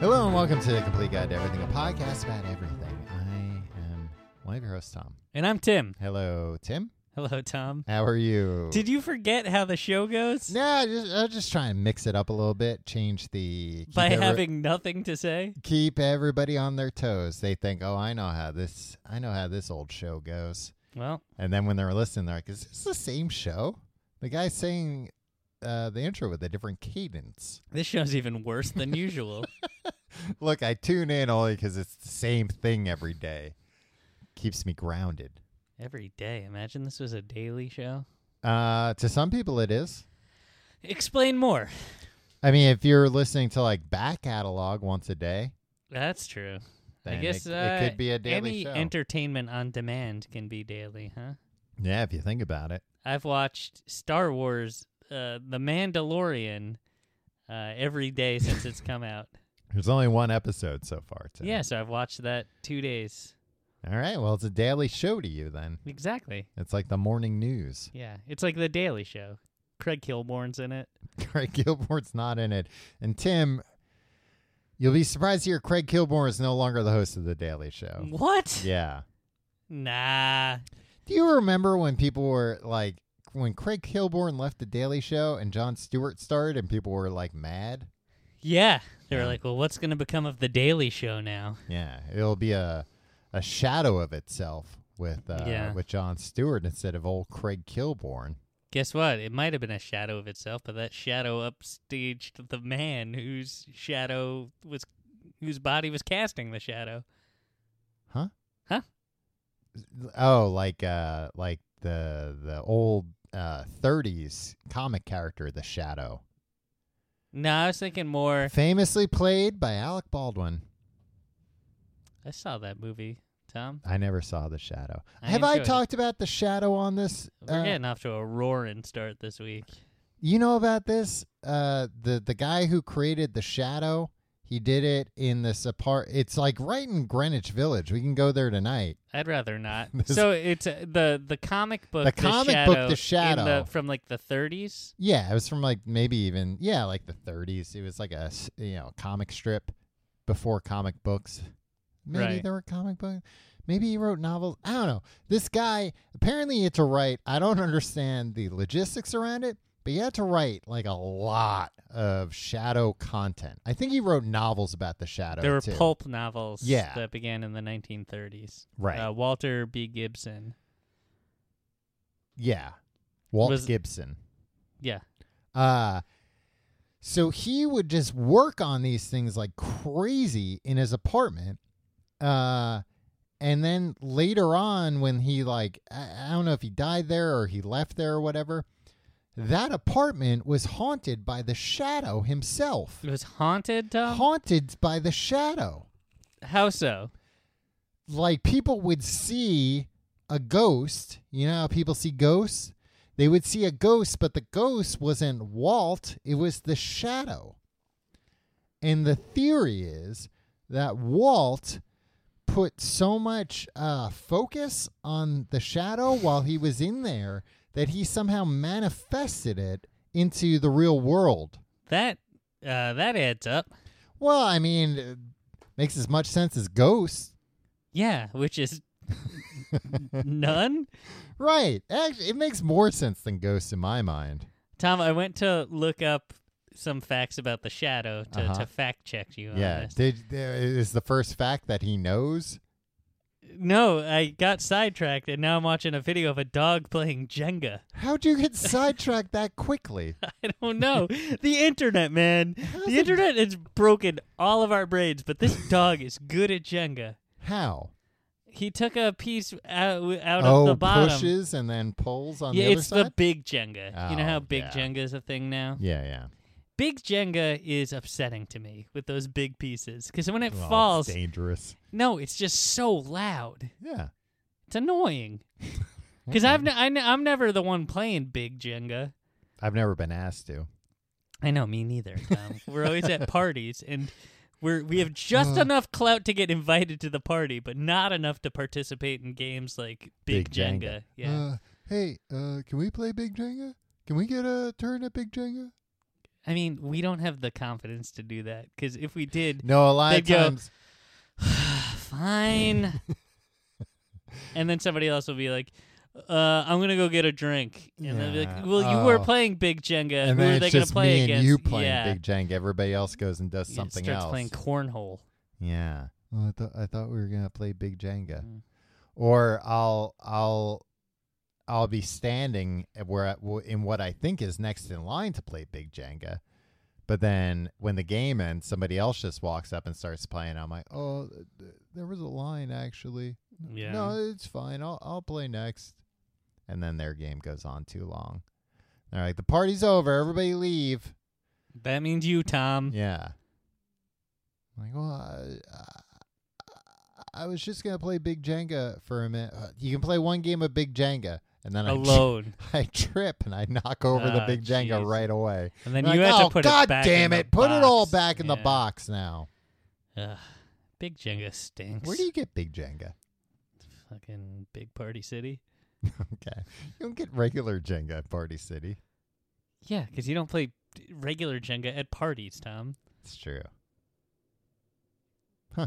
Hello and welcome to the Complete Guide to Everything, a podcast about everything. I am one of your hosts, Tom. And I'm Tim. Hello, Tim. Hello, Tom. How are you? Did you forget how the show goes? Nah, I just, I'll just try and mix it up a little bit, change the. keep By every- having nothing to say? Keep everybody on their toes. They think, oh, I know how this, I know how this old show goes. Well, And then when they're listening, they're like, is this the same show? The guy's saying uh, the intro with a different cadence. this show's even worse than usual. Look, I tune in only because it's the same thing every day. Keeps me grounded. Every day. Imagine this was a daily show. Uh, to some people, it is. Explain more. I mean, if you're listening to like back catalog once a day, That's true. I Then guess it- it uh, could be a daily any show. entertainment on demand can be daily, huh? yeah, if you think about it, I've watched Star Wars, uh, The Mandalorian, uh, every day since it's come out. there's only one episode so far. Tim. Yeah, so I've watched that two days. All right. Well, it's a daily show to you then. Exactly. It's like the morning news. Yeah, it's like The Daily Show. Craig Kilborn's in it. Craig Kilborn's not in it, and Tim, you'll be surprised to hear Craig Kilborn is no longer the host of the Daily Show. What? Oh. Yeah. Nah. Do you remember when people were like when Craig Kilborn left the Daily Show and Jon Stewart started, and people were like mad? Yeah. They were Yeah. like, well, what's going to become of The Daily Show now? Yeah, it'll be a a shadow of itself with uh, Yeah. with John Stewart instead of old Craig Kilborn. Guess what? It might have been a shadow of itself, but that shadow upstaged the man whose shadow was, whose body was casting the shadow. Oh, like uh, like the the old uh, '30s comic character, the Shadow, No, I was thinking more. famously played by Alec Baldwin. I saw that movie, Tom. I never saw the Shadow. I Have I enjoyed it. talked about the Shadow on this? We're uh, getting off to a roaring start this week. You know about this? Uh, the the guy who created the Shadow, he did it in this apart. It's like right in Greenwich Village. We can go there tonight. I'd rather not. This- so it's uh, the the comic book, The comic book, shadow, The Shadow. in from like the 30s. Yeah, it was from like maybe even yeah, like the 30s. It was like a s- you know comic strip before comic books. Maybe Right. there were comic books. Maybe he wrote novels. I don't know. This guy apparently he had to write. I don't understand the logistics around it, but he had to write like a lot of shadow content. I think he wrote novels about the shadow. There were too. pulp novels Yeah. that began in the 1930s. Right. Uh, Walter B. Gibson. Yeah, Walt Was- Gibson. Yeah. Uh so he would just work on these things like crazy in his apartment. Uh and then later on when he like I, I don't know if he died there or he left there or whatever, that apartment was haunted by the shadow himself. It was haunted, Tom? haunted by the shadow. How so? Like people would see a ghost, you know how people see ghosts? They would see a ghost, but the ghost wasn't Walt, it was the shadow. And the theory is that Walt put so much uh, focus on the shadow while he was in there that he somehow manifested it into the real world. That uh, that adds up. Well, I mean, it makes as much sense as ghosts. Yeah, which is none. Right. Actually, it makes more sense than ghosts in my mind. Tom, I went to look up some facts about the shadow to, Uh-huh. to fact check you on yeah. this. Did there is the first fact that he knows? No, I got sidetracked, and now I'm watching a video of a dog playing Jenga. How'd you get sidetracked that quickly? I don't know. the internet, man. The internet has broken all of our brains, but this dog is good at Jenga. How? He took a piece out, out of oh, the bottom. pushes and then pulls on yeah, the other it's side. the big Jenga. you know Oh, how big yeah. Jenga is a thing now? yeah, yeah. Big Jenga is upsetting to me with those big pieces because when it Well, Oh, it's falls, dangerous. no, it's just so loud. Yeah. It's annoying. Because I've n- I n- I'm never the one playing big Jenga. I've never been asked to. I know, me neither. Tom. we're always at parties, and we're we have just enough clout to get invited to the party, but not enough to participate in games like Big Big, Jenga. Yeah, Uh, hey, uh, can we play Big Jenga? Can we get a turn at Big Jenga? I mean, we don't have the confidence to do that because if we did, No, a lot of They'd go, times. fine. and then somebody else will be like. Uh, I'm gonna go get a drink, and they'll be Yeah. like, "Well, you were Oh. playing Big Jenga. and Who then are it's they gonna just play me against?" and you playing yeah. Big Jenga. Everybody else goes and does Yeah, something starts else. playing cornhole. yeah. Well, Oh, I, thought I thought we were gonna play Big Jenga, or I'll I'll I'll be standing at where I- w- in what I think is next in line to play Big Jenga, but then when the game ends, somebody else just walks up and starts playing. I'm like, oh, th- th- there was a line actually. Yeah. No, it's fine. I'll I'll play next. And then their game goes on too long. They're like, the party's over. Everybody leave. That means you, Tom. Yeah. I'm like, well, I, I, I was just gonna play Big Jenga for a minute. Uh, You can play one game of Big Jenga, and then I, tri- Alone. I trip and I knock over the Ah, Big Jenga jeez. right away. And then I'm you like, have "Oh, to put God it back. damn in it! The Put it all box." back in the Yeah. box now. Ugh. Big Jenga stinks. Where do you get Big Jenga? fucking big party city? okay, you don't get regular Jenga at Party City. Yeah, 'cause you don't play d- regular Jenga at parties, Tom. It's true. Huh.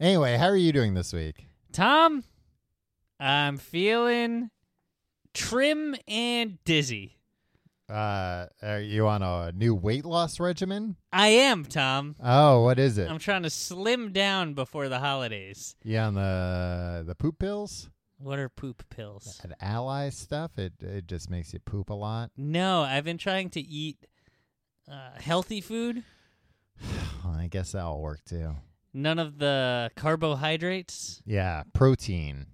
Anyway, how are you doing this week? Tom, I'm feeling trim and dizzy. Uh, are you on a new weight loss regimen? I am, Tom. Oh, what is it? I'm trying to slim down before the holidays. Yeah, on the the poop pills, What are poop pills? that ally stuff. It it just makes you poop a lot. No, I've been trying to eat uh, healthy food. Well, I guess that'll work too. None of the carbohydrates. Yeah, protein.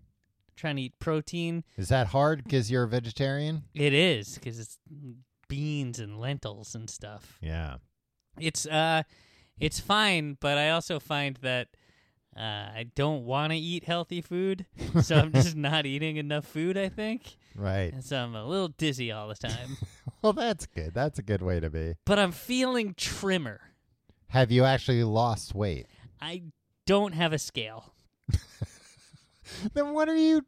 trying to eat protein. Is that hard because you're a vegetarian? It is because it's beans and lentils and stuff. Yeah. It's uh, it's fine, but I also find that uh, I don't want to eat healthy food, so I'm just not eating enough food. I think, Right. and so I'm a little dizzy all the time. Well, that's good. That's a good way to be. but I'm feeling trimmer. Have you actually lost weight? I don't have a scale. Then what are you?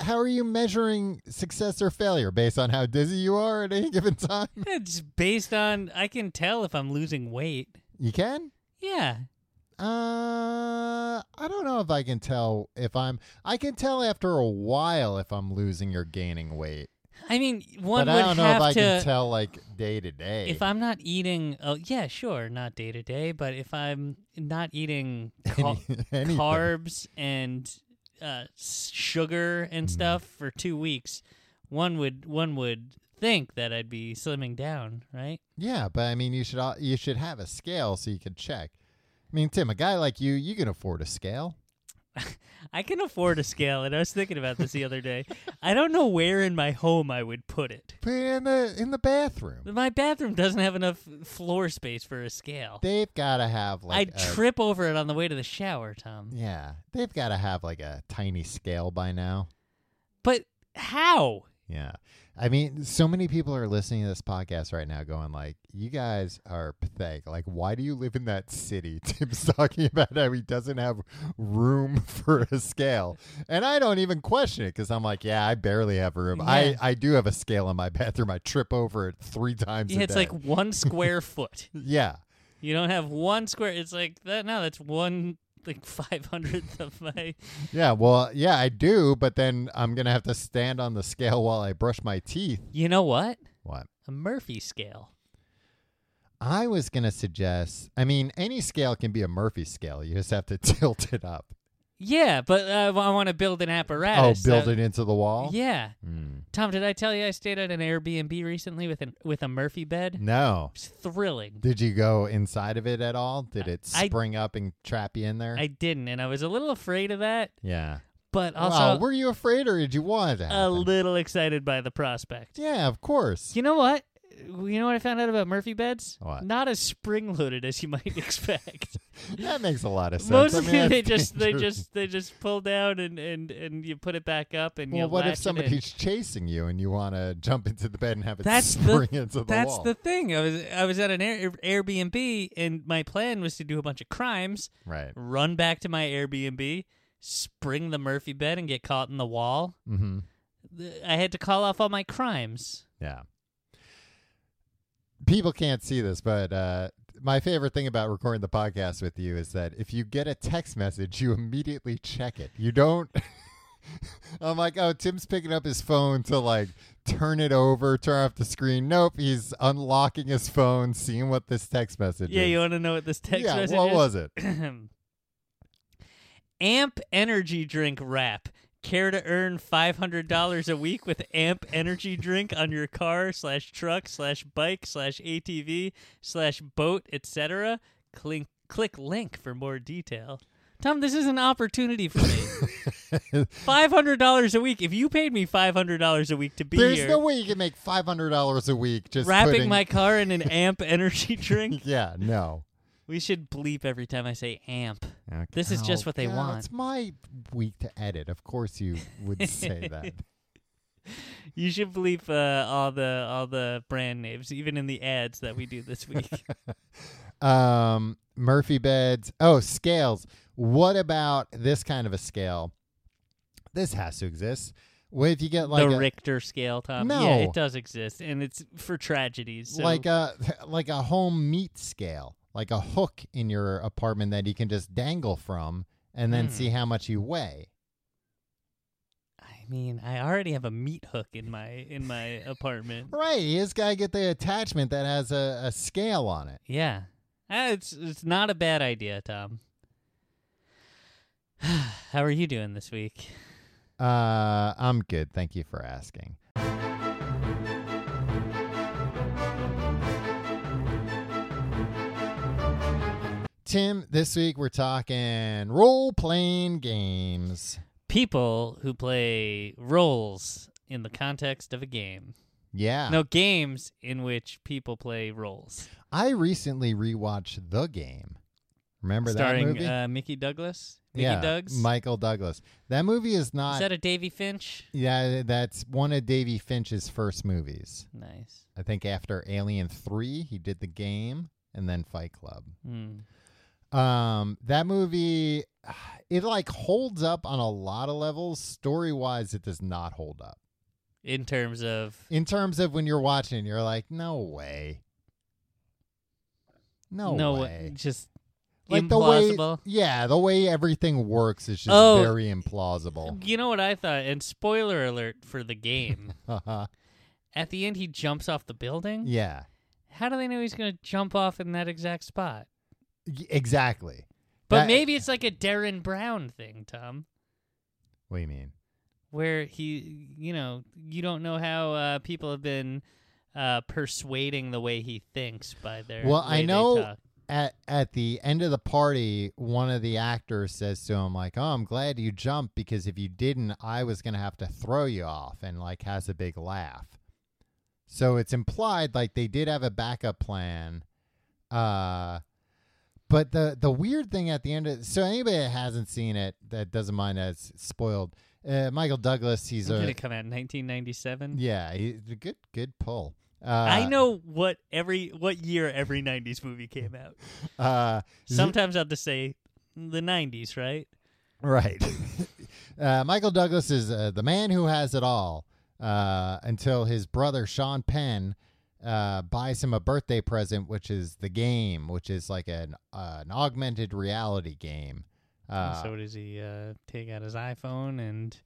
How are you measuring success or failure based on how dizzy you are at any given time? It's based on I can tell if I'm losing weight. You can. Yeah, Uh, I don't know if I can tell if I'm. I can tell after a while if I'm losing or gaining weight, I mean one but would I don't know have if I to. can tell like day to day. if I'm not eating, oh yeah, sure, not day to day, but if I'm not eating ca- Anything. carbs and uh, s- sugar Mm. and stuff for two weeks, one would one would think that I'd be slimming down, right? yeah, but I mean, you should al- you should have a scale so you can check. I mean, Tim, a guy like you, you can afford a scale. I can afford a scale, and I was thinking about this the other day. I don't know where in my home I would put it. Put it in the in the bathroom. My bathroom doesn't have enough floor space for a scale. They've got to have like I'd a- trip over it on the way to the shower, Tom. yeah, they've got to have like a tiny scale by now. But how? Yeah. I mean, so many people are listening to this podcast right now going like, you guys are pathetic. Like, why do you live in that city? Tim's talking about how he doesn't have room for a scale. And I don't even question it because I'm like, yeah, I barely have room. Yeah. I, I do have a scale in my bathroom. I trip over it three times Yeah, a it's day. like one square foot. yeah. You don't have one square. It's like that. No, that's one like five hundredth of my. Yeah. Well, yeah, I do. But then I'm going to have to stand on the scale while I brush my teeth. You know what? What? A Murphy scale. I was going to suggest, I mean, any scale can be a Murphy scale. You just have to tilt it up. Yeah, but uh, I want to build an Oh, apparatus. build Uh, it into the wall? Yeah. Mm. Tom, did I tell you I stayed at an Airbnb recently with an with a Murphy bed? No. It's thrilling. Did you go inside of it at all? Did it I- spring up and trap you in there? I didn't, and I was a little afraid of that, yeah. but wow, also were you afraid or did you want it to a happen? little excited by the prospect. yeah, of course. You know what? You know what I found out about Murphy beds? What? Not as spring loaded as you might expect. That makes a lot of sense. I mean, Mostly that's they just they dangerous. just they just pull down and and and you put it back up and you Well, what if latch it in. somebody's chasing you and you want to jump into the bed and have it That's the- spring into the That's wall? the thing. I was I was at an Air, Airbnb and my plan was to do a bunch of crimes, right. run back to my Airbnb, spring the Murphy bed and get caught in the wall. Mm-hmm. Th- I had to call off all my crimes. Yeah. People can't see this, but uh, my favorite thing about recording the podcast with you is that if you get a text message, you immediately check it. You don't. I'm like, oh, Tim's picking up his phone to like turn it over, turn off the screen. Nope, he's unlocking his phone, seeing what this text message Yeah, is. you want to know what this text yeah, message what is? was it? Amp energy drink wrap. Care to earn five hundred dollars a week with Amp energy drink on your car slash truck slash bike slash ATV slash boat etc. Click click link for more detail. Tom, this is an opportunity for me. five hundred dollars a week. If you paid me five hundred dollars a week to be There's here, no way you can make five hundred dollars a week just wrapping putting- my car in an Amp energy drink, Yeah, no. we should bleep every time I say Amp. This is just Oh, what they God, want. It's my week to edit. Of course, you would say that. You should believe uh, all the all the brand names, even in the ads that we do this week. Um, Murphy beds. Oh, scales. What about this kind of a scale? This has to exist. What if you get like the a, Richter scale, Tom. Yeah, No. it does exist, and it's for tragedies. So like a like a home meat scale, like a hook in your apartment that you can just dangle from, and then Hmm. see how much you weigh? I mean, I already have a meat hook in my in my apartment. Right, you just gotta get the attachment that has a, a scale on it. Yeah, Ah, it's it's not a bad idea, Tom. How are you doing this week? Uh, I'm good. Thank you for asking. Tim, this week we're talking role playing games. People who play roles in the context of a game. Yeah. No, games in which people play roles. I recently rewatched The Game. Remember starring that movie? Uh, Mickey Douglas. Mickey yeah, Dougs. Michael Douglas. That movie is not. Is that a Davy Finch? yeah, that's one of Davy Finch's first movies. Nice. I think after Alien 3, he did The Game and then Fight Club. Hmm. Um, that movie, it like holds up on a lot of levels. Story wise, it does not hold up. In terms of In terms of when you're watching, you're like, no way, no, wa- way. uh, just Like implausible. the way, yeah, the way everything works is just Oh. very implausible. you know what I thought? And spoiler alert for the game. yeah, At the end, he jumps off the building. How do they know he's going to jump off in that exact spot? Y- exactly. But That- maybe it's like a Darren Brown thing, Tom, What do you mean? where he, you know, you don't know how uh, people have been uh, persuading the way he thinks by their. Well, I way they know talk. at at the end of the party, one of the actors says to him, like, Oh, I'm glad you jumped because if you didn't, I was gonna have to throw you off and like has a big laugh. So it's implied like they did have a backup plan. Uh but the the weird thing at the end of so anybody that hasn't seen it that doesn't mind that it's spoiled, uh, Michael Douglas, he's When did a it come out? 1997. yeah, he, good good pull. Uh, I know what every what year every '90s movie came out. Uh, Sometimes I'll just say the '90s, right? Right. uh, Michael Douglas is uh, the man who has it all uh, until his brother Sean Penn uh, buys him a birthday present, which is the game, which is like an uh, an augmented reality game. Uh, so does he uh, take out his iPhone and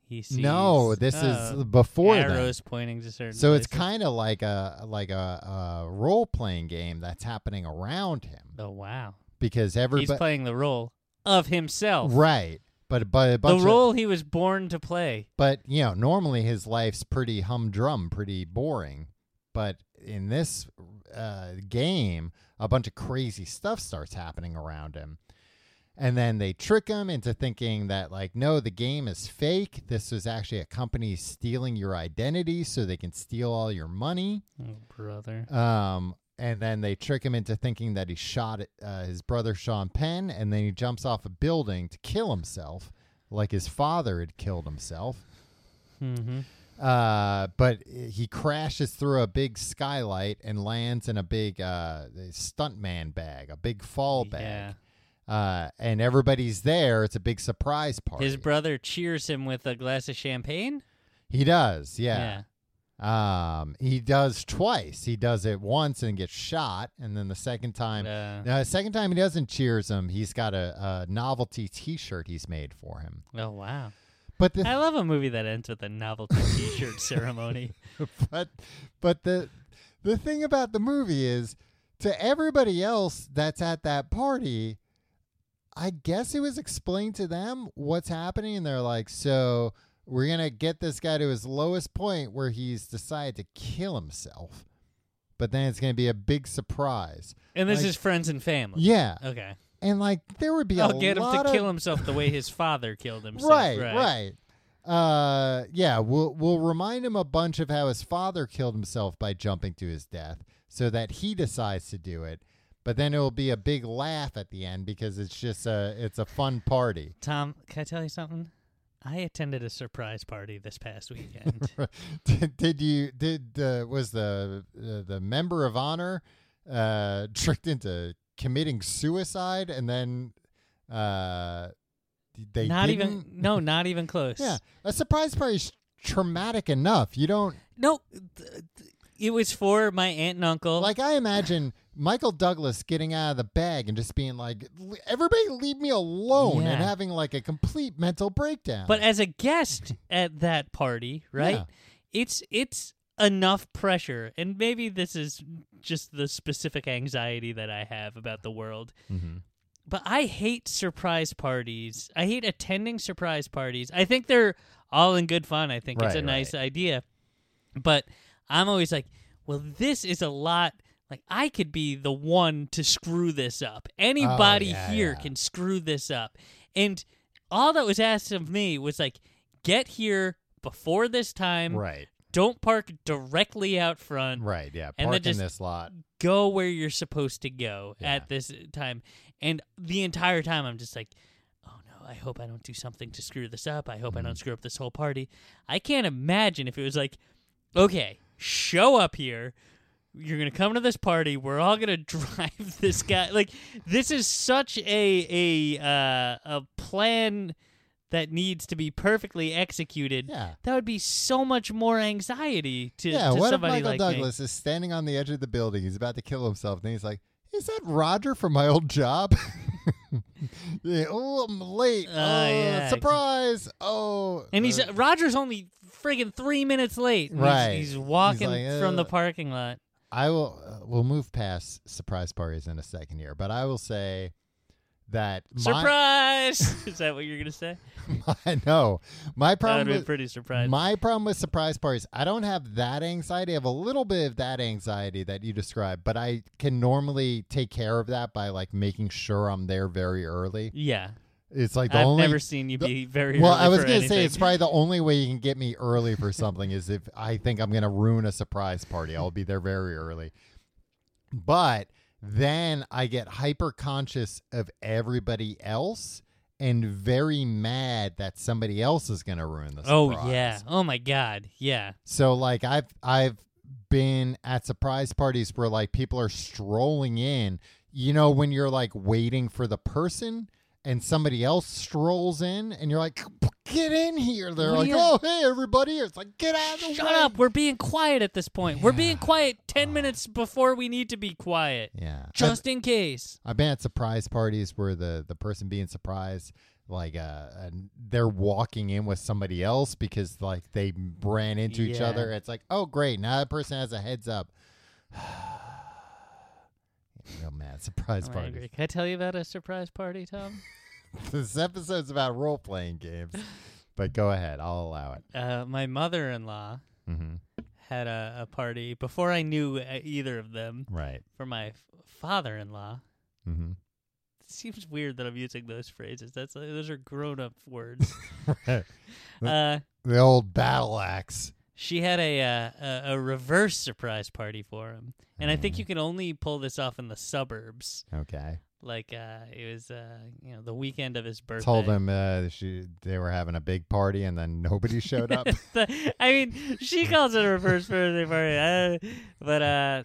he sees? no, this uh, is before that. arrows pointing to certain. So it's places. kind of like a like a, a role playing game that's happening around him Oh wow! because He's everybody playing the role. of himself. Right. But but a The bunch of, role he was born to play. but you know, normally his life's pretty humdrum, pretty boring. But in this uh, game, a bunch of crazy stuff starts happening around him. And then they trick him into thinking that, like, no, the game is fake. This was actually a company stealing your identity so they can steal all your money. Oh, brother. Um, and then they trick him into thinking that he shot uh, his brother Sean Penn, and then he jumps off a building to kill himself, like his father had killed himself. Mm-hmm. Uh, but he crashes through a big skylight and lands in a big uh, stuntman bag, a big fall bag. Uh, and everybody's there. It's a big surprise party. His brother cheers him with a glass of champagne. he does, yeah. Um, he does twice. He does it once and gets shot, and then the second time, Uh, Now, the second time he doesn't cheers him, he's got a, a novelty T-shirt he's made for him. Oh wow! But the I love a movie that ends with a novelty T-shirt ceremony. but but the the thing about the movie is, to everybody else that's at that party, I guess it was explained to them what's happening, and they're like, so we're gonna get this guy to his lowest point where he's decided to kill himself, but then it's gonna be a big surprise. And this Like- is friends and family. Yeah, Okay. and like there would be a I'll get him lot to of kill himself the way his father killed himself. right, right. Uh, yeah, we'll we'll remind him a bunch of how his father killed himself by jumping to his death, so that he decides to do it. But then it'll be a big laugh at the end because it's just a it's a fun party. Tom, can I tell you something? I attended a surprise party this past weekend. did, did you did uh, was the uh, the member of honor uh tricked into committing suicide and then uh they not didn't? even no, not even close. yeah a surprise party is traumatic enough you don't No, th- th- it was for my aunt and uncle. Like I imagine Michael Douglas getting out of the bag and just being like, "Le- "Everybody, leave me alone," and Yeah. having like a complete mental breakdown. But as a guest at that party, right? Yeah. It's it's enough pressure, and maybe this is just the specific anxiety that I have about the world. Mm-hmm. But I hate surprise parties. I hate attending surprise parties. I think they're all in good fun. I think Right, it's a right. nice idea. But I'm always like, well, this is a lot. Like, I could be the one to screw this up. Anybody Oh, yeah, here yeah. can screw this up. And all that was asked of me was like, get here before this time. right, Don't park directly out front. right, yeah, And then park in just- this lot. Go where you're supposed to go Yeah. at this time. And the entire time, I'm just like, oh no, I hope I don't do something to screw this up. I hope I Mm-hmm. don't screw up this whole party. I can't imagine if it was like, okay, show up here. You're gonna come to this party. We're all gonna drive this guy. Like this is such a a uh, a plan that needs to be perfectly executed. Yeah. That would be so much more anxiety to, Yeah, to what if somebody Michael like Douglas is standing on the edge of the building? He's about to kill himself, and he's like, "Is that Roger from my old job?" Yeah, oh, I'm late. Oh, oh, yeah. surprise! Oh, me. And he's uh, Roger's only friggin' three minutes late. and he's- Right. He's, He's walking like, from the "Uh." parking lot. I will. Uh, we'll move past surprise parties in a second here, but I will say that my- Surprise! is that what you're gonna say? I know. My That problem would be with, pretty surprised. my problem with surprise parties, I don't have that anxiety. I have a little bit of that anxiety that you described, but I can normally take care of that by like making sure I'm there very early. yeah. It's like the I've only never seen you be very Well, early I was for gonna say anything. it's probably the only way you can get me early for something is if I think I'm gonna ruin a surprise party. I'll be there very early. But then I get hyper conscious of everybody else and very mad that somebody else is gonna ruin the Oh surprise. yeah. Oh my god. Yeah. So like I've I've been at surprise parties where like people are strolling in. You know when you're like waiting for the person and somebody else strolls in and you're like get in here. They're What like, do you- "Oh, hey everybody." It's like, "Get out of the Shut way." up. We're being quiet at this point. We're being Yeah. quiet 10 minutes before we need to be quiet. Yeah. I've- Just in case. I've been at surprise parties where the the person being surprised, like uh, uh they're walking in with somebody else because like they ran into each Yeah. other. It's like, oh great, now that person has a heads up. Real mad surprise I'm parties. angry. Can I tell you about a surprise party, Tom? this episode's about role playing games, but go ahead. I'll allow it. Uh, my mother-in-law hmm had a, a party before I knew uh, either of them Right. for my f- father-in-law. hmm It seems weird that I'm using those phrases. That's uh, those are grown-up words. uh, the old battle axe. she had a, uh, a a reverse surprise party for him, and I think you can only pull this off in the suburbs. Okay. Like uh, it was, uh, you know, the weekend of his birthday. Told him uh, she, they were having a big party and then nobody showed up. The- I mean, she calls it a reverse birthday party, uh, but uh,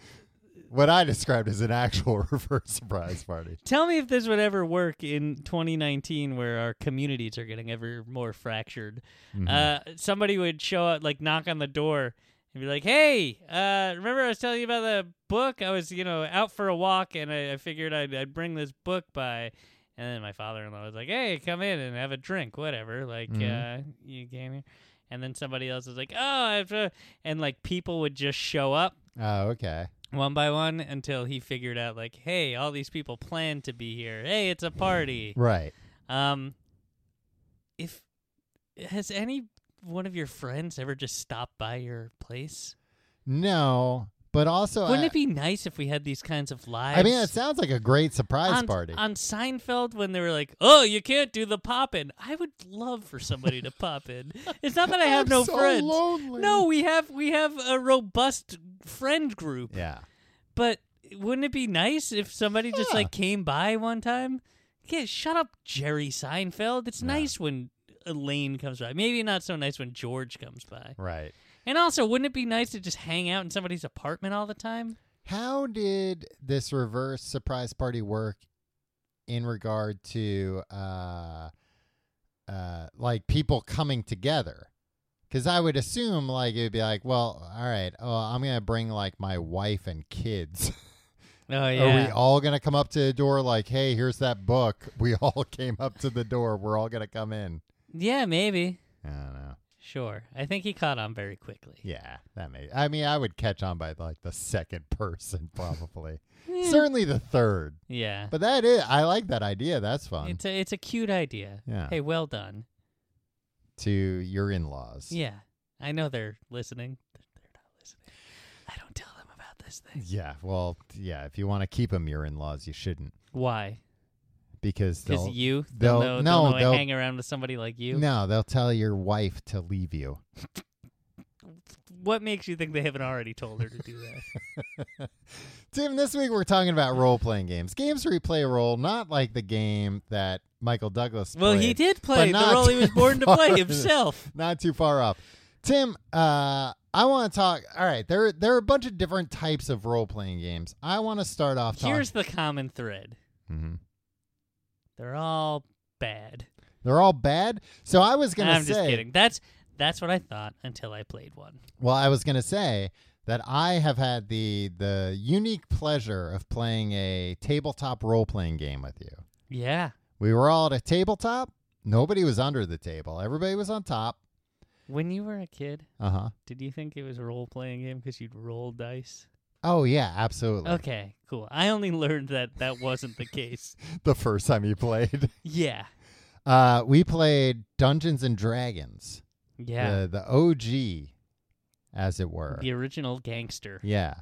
what I described as an actual reverse surprise party. Tell me if this would ever work in 2019, where our communities are getting ever more fractured. Mm-hmm. Uh, somebody would show up, like knock on the door, and be like, "Hey, uh, remember I was telling you about the book? I was, you know, out for a walk, and I, I figured I'd, I'd bring this book by." And then my father-in-law was like, "Hey, come in and have a drink, whatever. Like, Mhm. uh, you came here." And then somebody else was like, "Oh," I have to-" and like people would just show up Oh, okay. one by one until he figured out like hey all these people plan to be here hey it's a party Right. um if has any one of your friends ever just stopped by your place No, but also wouldn't Oh, I, it be nice if we had these kinds of lives I mean, it sounds like a great surprise on, party. on Seinfeld, when they were like, "Oh, you can't do the pop in," I would love for somebody to pop in. It's not that I have I'm no so friends. lonely. No, we have we have a robust friend group. Yeah. But wouldn't it be nice if somebody just Yeah. like came by one time? Yeah, shut up, Jerry Seinfeld. It's No. nice when Elaine comes by. Maybe not so nice when George comes by. Right. And also, wouldn't it be nice to just hang out in somebody's apartment all the time? How did this reverse surprise party work in regard to uh uh like people coming together? Cuz I would assume like it would be like, well, all right, oh, I'm going to bring like my wife and kids. Oh Are we all going to come up to the door like, "Hey, here's that book. We all came up to the door. We're all going to come in." yeah, maybe. I don't know. Sure. I think he caught on very quickly. Yeah, that may. I mean, I would catch on by like the second person probably. Certainly the third. Hmm. Yeah. But that is, I like that idea. That's fun. It's a it's a cute idea. Yeah. Hey, well done. to your in-laws. Yeah. I know they're listening. They're they're not listening. I don't tell them about this thing. Yeah. Well, yeah. If you want to keep them your in-laws, you shouldn't Why? because Because they'll you, they'll, they'll- know, no, they'll, know I they'll- hang around with somebody like you. no, they'll tell your wife to leave you. What makes you think they haven't already told her to do that? Tim, this week we're talking about role-playing games. Games where you play a role, not like the game that Michael Douglas. well, played, he did but play the not role he was too born to play far- himself. Not too far off. Tim, uh, I want to talk. All right, there there are a bunch of different types of role-playing games. I want to start off. Talking, Here's the common thread Mhm. they're all bad. They're all bad. So I was gonna I'm say. just kidding. That's that's what I thought until I played one. Well, I was going to say that I have had the the unique pleasure of playing a tabletop role playing game with you. Yeah. We were all at a tabletop. Nobody was under the table. Everybody was on top. When you were a kid, Uh huh. did you think it was a role playing game because you'd roll dice? Oh yeah, absolutely. Okay, cool. I only learned that that wasn't the case. The first time you played, Yeah. uh, we played Dungeons and Dragons, Yeah. the the OG, as it were. the original gangster. Yeah.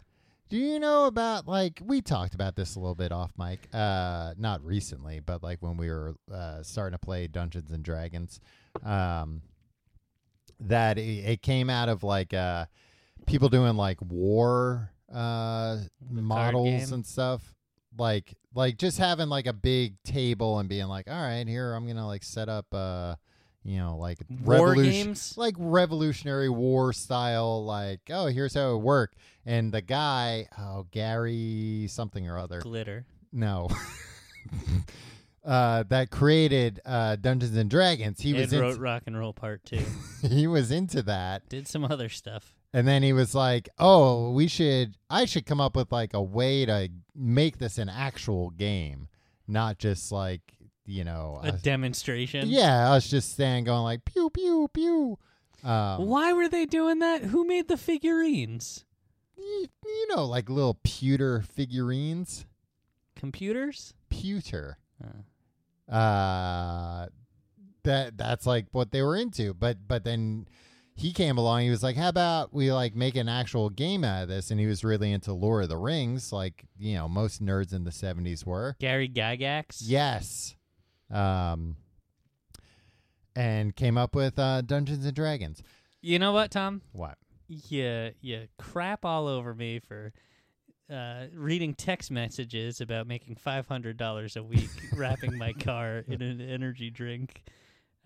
Do you know about like we talked about this a little bit off mic, uh, not recently, but like when we were uh, starting to play Dungeons and Dragons, um, that it, it came out of like uh, people doing like war uh, models game. and stuff, like like just having like a big table and being like, all right, here I'm gonna like set up, uh, you know, like War revolution- games? like Revolutionary War style, like, oh, here's how it worked. And the guy, oh, Gary something or other. Glitter. No. uh, that created uh, Dungeons and Dragons. He He was wrote into, Rock and Roll Part Two. he was into that. Did some other stuff. And then he was like, "Oh, we should I should come up with like a way to make this an actual game, not just like, you know, A us- demonstration. yeah, us just standing going like pew pew pew." Um, Why were they doing that? Who made the figurines? you, you know, like little pewter figurines. Computers? Pewter. Uh, uh that that's like what they were into but but then he came along he was like how about we like make an actual game out of this and he was really into lord of the rings like you know most nerds in the 70s were Gary Gygax. yes um and came up with uh dungeons and dragons You know what, Tom? what You you crap all over me for uh, reading text messages about making five hundred dollars a week wrapping my car in an energy drink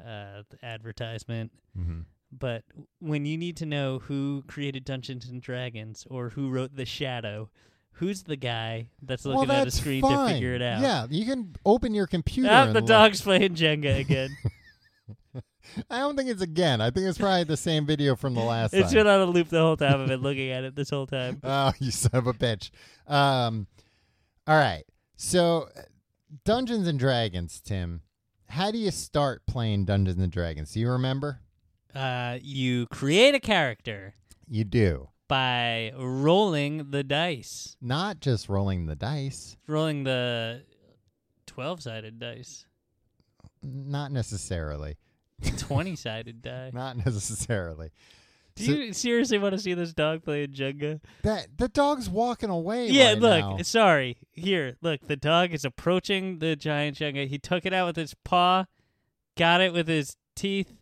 uh, advertisement. mm-hmm. But when you need to know who created Dungeons and Dragons or who wrote The Shadow, who's the guy that's looking well, at a that's screen fine. to figure it out? yeah you can open your computer Ah, and the look. dog's playing Jenga again. i don't think it's again i think it's probably the same video from the last it's time. been on a loop the whole time. I've been looking at it this whole time. Oh, you son of a bitch. Um, all right. So, uh, Dungeons and Dragons, Tim. How do you start playing Dungeons and Dragons? Do you remember? Uh, you create a character You do. by rolling the dice, Not just rolling the dice. rolling the twelve-sided dice, Not necessarily. twenty-sided die. Not necessarily. Do So- you seriously want to see this dog playing Jenga? That the dog's walking away. yeah, right look, now. sorry. Here, look, the dog is approaching the giant Jenga. He took it out with his paw, got it with his teeth.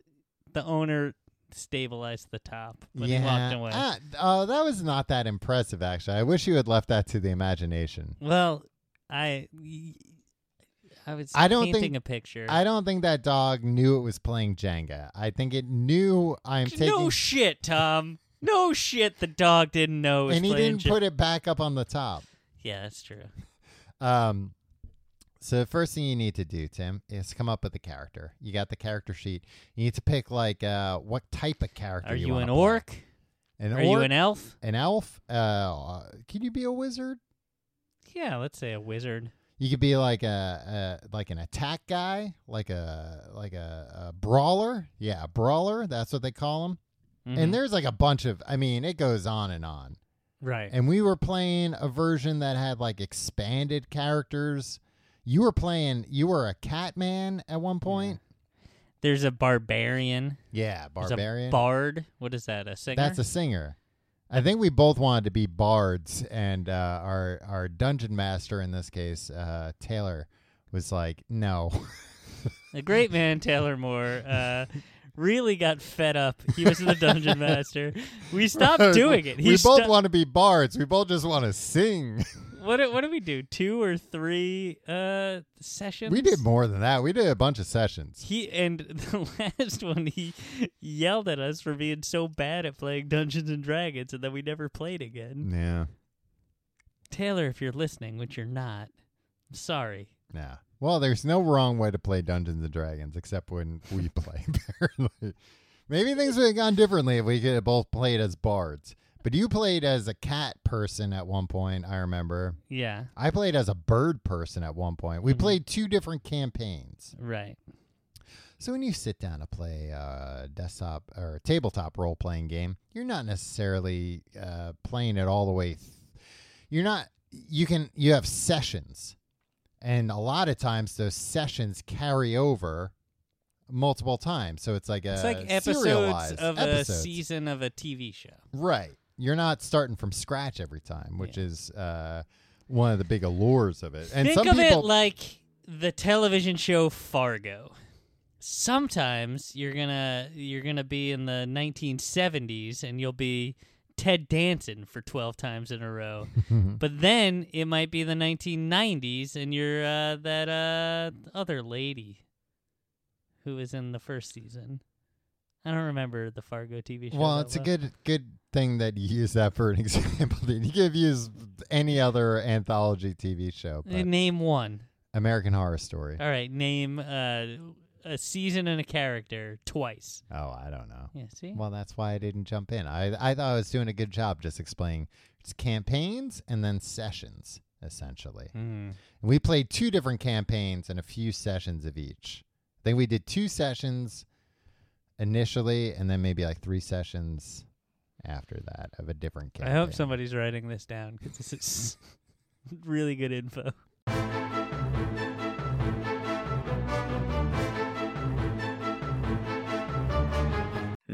The owner stabilized the top when he walked away. Ah, uh, that was not that impressive, actually. I wish you had left that to the imagination. Well, I I was I don't painting think- a picture. I don't think that dog knew it was playing Jenga. I think it knew I'm taking. no shit, Tom. No shit. The dog didn't know. It was and he playing didn't Jen- put it back up on the top. Yeah, that's true. Um, so the first thing you need to do, Tim, is come up with a character. You got the character sheet. You need to pick like uh, what type of character. Are you, wanna an play. orc? An Are you orc? an elf? an elf? Uh, uh, can you be a wizard? Yeah, let's say a wizard. You could be like a, a like an attack guy, like a like a, a brawler. Yeah, a brawler. That's what they call him. Mhm. And there's like a bunch of. I mean, it goes on and on. right. And we were playing a version that had like expanded characters. You were playing, you were a cat man at one point. There's a barbarian. Yeah, There's barbarian. a bard. What is that? A singer. That's a singer. I think we both wanted to be bards, and uh, our our dungeon master in this case, uh, Taylor, was like, "No, The great man Taylor Moore uh, really got fed up. He was the dungeon master. We stopped doing it. we He both sto- want to be bards. We both just want to sing. what did, what did we do? Two or three uh, sessions? we did more than that. We did a bunch of sessions. He and the last one he yelled at us for being so bad at playing Dungeons and Dragons and then we never played again. Yeah, Taylor, if you're listening, which you're not, I'm sorry. yeah. Well, there's no wrong way to play Dungeons and Dragons except when we play. Apparently, maybe things would have gone differently if we could have both played as bards. But you played as a cat person at one point. I remember. Yeah, I played as a bird person at one point. We Mhm. played two different campaigns. right. So when you sit down to play a desktop or tabletop role playing game, you're not necessarily uh, playing it all the way. Th- you're not. You can. You have sessions, and a lot of times those sessions carry over multiple times. So it's like a It's like episodes serialized of a Uh, episodes. season of a TV show. Right. You're not starting from scratch every time, which is uh, one of the big allures of it. And Think some of people it like the television show Fargo. Sometimes you're gonna you're gonna be in the 1970s and you'll be Ted Danson for 12 times in a row, Mhm. but then it might be the 1990s and you're uh, that uh, other lady who was in the first season. I don't remember the Fargo TV show. Well, that it's a good good thing that you use that for an example. That you could have used any other anthology TV show, Uh, but Name one. American Horror Story. All right, name uh, a season and a character twice. Oh, I don't know. Yeah, see? Well, that's why I didn't jump in. I I thought I was doing a good job just explaining it's campaigns and then sessions essentially. Mm. And we played two different campaigns and a few sessions of each. I think we did two sessions initially, and then maybe like three sessions after that of a different I campaign. hope somebody's writing this down because this is really good info.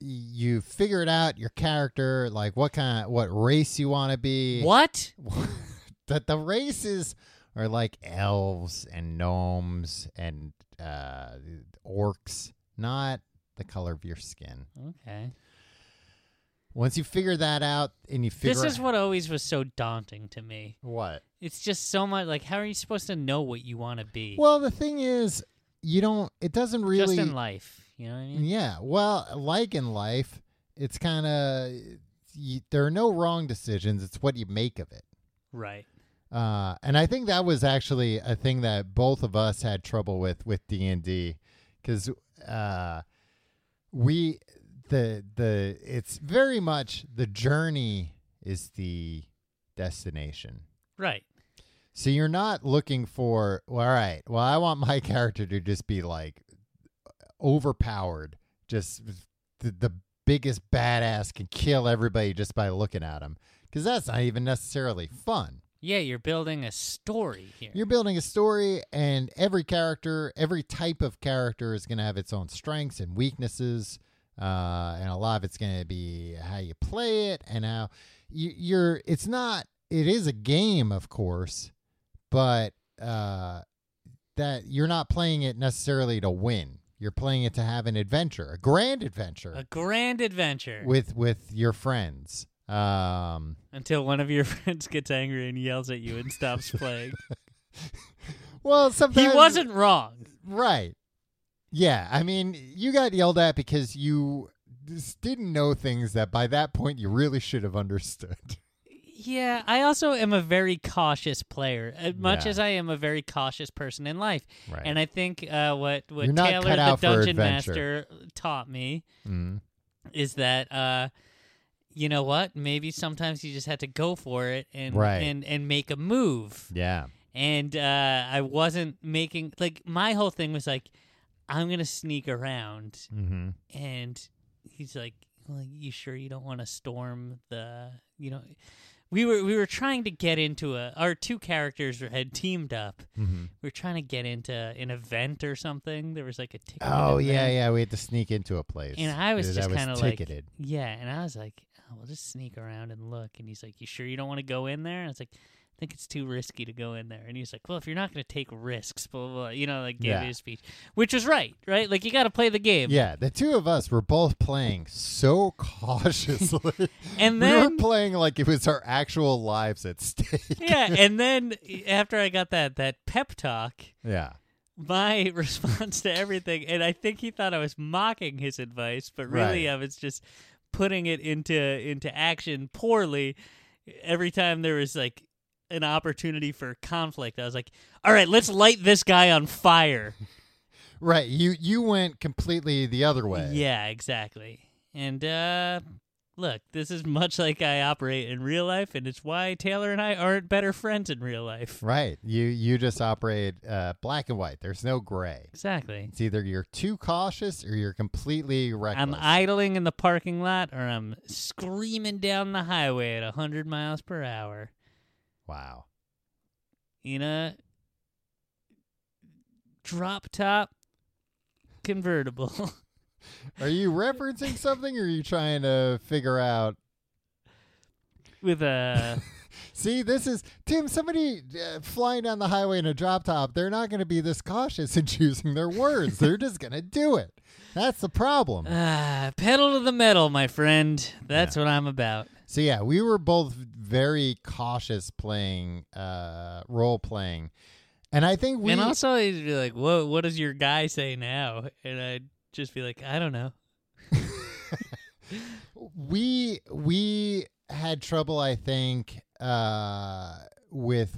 you figured out your character, like what kind of, what race you want to be, What? that the races are like elves and gnomes and uh, orcs, not the color of your skin. Okay. Once you figure that out, and you figure This is out- what always was so daunting to me. what It's just so much like how are you supposed to know what you want to be? Well, the thing is, you don't. It doesn't really. just in life, you know what I mean? Yeah. Well, like in life, it's kind of there are no wrong decisions. It's what you make of it. Right. Uh, and I think that was actually a thing that both of us had trouble with with D and D, because uh, we the the it's very much the journey is the destination. Right. So you're not looking for, well, all right, well, I want my character to just be like overpowered, just the, the biggest badass can kill everybody just by looking at him. Because that's not even necessarily fun. Yeah, you're building a story here. You're building a story, and every character, every type of character is going to have its own strengths and weaknesses. Uh, and a lot of it's going to be how you play it and how you, you're. It's not. It is a game, of course, but uh, that you're not playing it necessarily to win. You're playing it to have an adventure, a grand adventure a grand adventure with with your friends. Um, until one of your friends gets angry and yells at you and stops playing. well, he sometimes wasn't wrong. Right. Yeah. I mean, you got yelled at because you just didn't know things that by that point you really should have understood. Yeah, I also am a very cautious player, as much Yeah. as I am a very cautious person in life. Right. And I think uh, what what You're not Taylor, cut the out for dungeon adventure. master, taught me Mm. is that uh, you know what? Maybe sometimes you just had to go for it and Right. and and make a move. Yeah. And uh, I wasn't making like my whole thing was like, I'm gonna sneak around, Mm-hmm. and he's like, well, "You sure you don't want to storm the you know?" We were we were trying to get into a our two characters were- had teamed up. Mm-hmm. We were trying to get into an event or something. There was like a ticket. Oh yeah, yeah. We had to sneak into a place, And I was that just was kind of like, ticketed. yeah. And I was like, oh, we'll just sneak around and look. And he's like, you sure you don't want to go in there? And I was like, I think it's too risky to go in there. And he's like, well, if you're not going to take risks, blah blah, blah, you know, like gave Yeah. me his speech, which was right, right? Like you got to play the game. Yeah, the two of us were both playing so cautiously. And we were then- playing like it was our actual lives at stake. yeah. And then e, after I got that that pep talk. Yeah. my response to everything and i think he thought i was mocking his advice but really Right. i was just putting it into into action poorly every time there was like an opportunity for conflict i was like all right let's light this guy on fire Right. You you went completely the other way. Yeah, exactly. And uh look, this is much like I operate in real life and it's why Taylor and I aren't better friends in real life. Right. You you just operate uh, black and white. There's no gray. Exactly. It's either you're too cautious or you're completely reckless. I'm idling in the parking lot or I'm screaming down the highway at 100 miles per hour. wow. You know, drop top convertible. Are you referencing something or are you trying to figure out? with a See, this is Tim. Somebody uh, flying down the highway in a drop top. They're not going to be this cautious in choosing their words. they're just going to do it. That's the problem. uh, pedal to the metal, my friend. That's what I'm about. So yeah, we were both very cautious playing uh role playing. And I think we and also, he'd be like, "Whoa, what does your guy say now?" And I'd just be like, "I don't know." we we had trouble I think uh with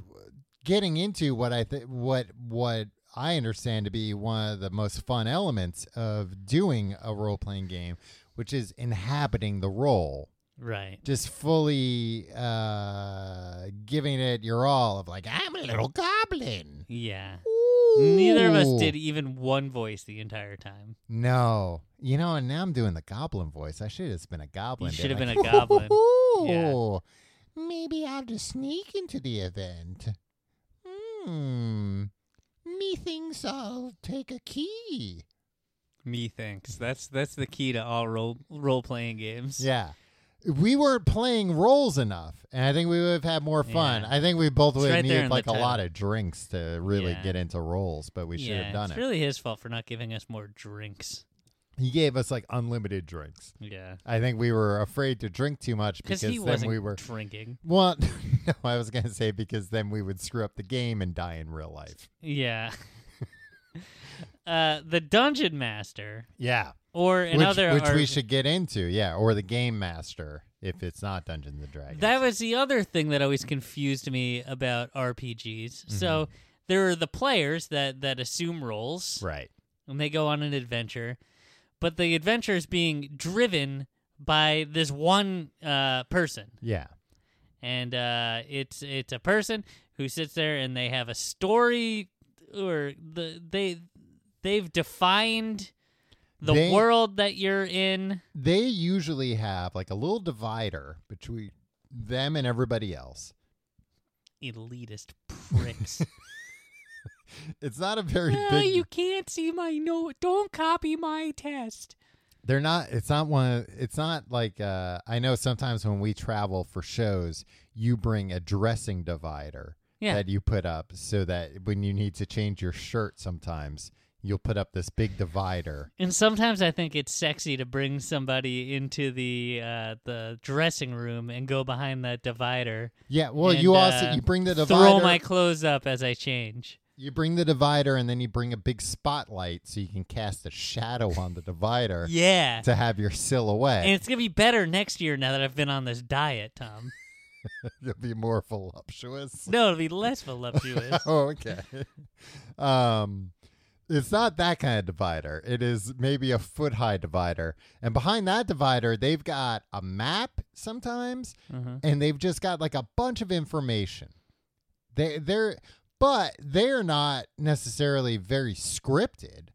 getting into what I think what what I understand to be one of the most fun elements of doing a role playing game, which is inhabiting the role. Right. just fully uh, giving it your all of like I'm a little goblin. Yeah. Neither of us did Ooh. even one voice the entire time. No, you know, and now I'm doing the goblin voice. I should have just been a goblin. should have been been a goblin. Yeah. Ooh, maybe I'll just sneak into the event. Hmm. Methinks I'll take a key. Me thinks that's that's the key to all role role playing games. Yeah. We weren't playing roles enough, and I think we would have had more fun. Yeah. I think we both It's would have right there in needed the like a lot title. of drinks to really Yeah. get into roles, but we should Yeah, have done it's it. really his fault for not giving us more drinks. He gave us like unlimited drinks. Yeah. I think we were afraid to drink too much because Because he then wasn't we were. drinking. Well, no, I was gonna say because then we would screw up the game and die in real life. Yeah. uh, the dungeon master Yeah, or which, another which we R- should get into. Yeah, or the game master if it's not Dungeons and Dragons. That was the other thing that always confused me about RPGs. Mm-hmm. So there are the players that that assume roles right. and they go on an adventure, but the adventure is being driven by this one uh, person, Yeah, and uh, it's it's a person who sits there and they have a story or the they they've defined the They- world that you're in. they usually have like a little divider between them and everybody else. Elitist pricks. It's not a very Ah, big. you can't see my note. Don't copy my test. they're not it's not one of, it's not like uh i know sometimes when we travel for shows you bring a dressing divider Yeah. that you put up so that when you need to change your shirt sometimes you'll put up this big divider And sometimes I think it's sexy to bring somebody into the uh, the dressing room and go behind that divider. yeah well and, you also uh, you bring the throw divider my clothes up as I change. you bring the divider and then you bring a big spotlight so you can cast a shadow on the divider Yeah, to have your silhouette and it's gonna be better next year now that I've been on this diet, Tom. it'll be more voluptuous No, it'll be less voluptuous. oh, okay. um, it's not that kind of divider. It is maybe a foot high divider, and behind that divider, they've got a map sometimes, Mhm. and they've just got like a bunch of information. They they're but they're not necessarily very scripted.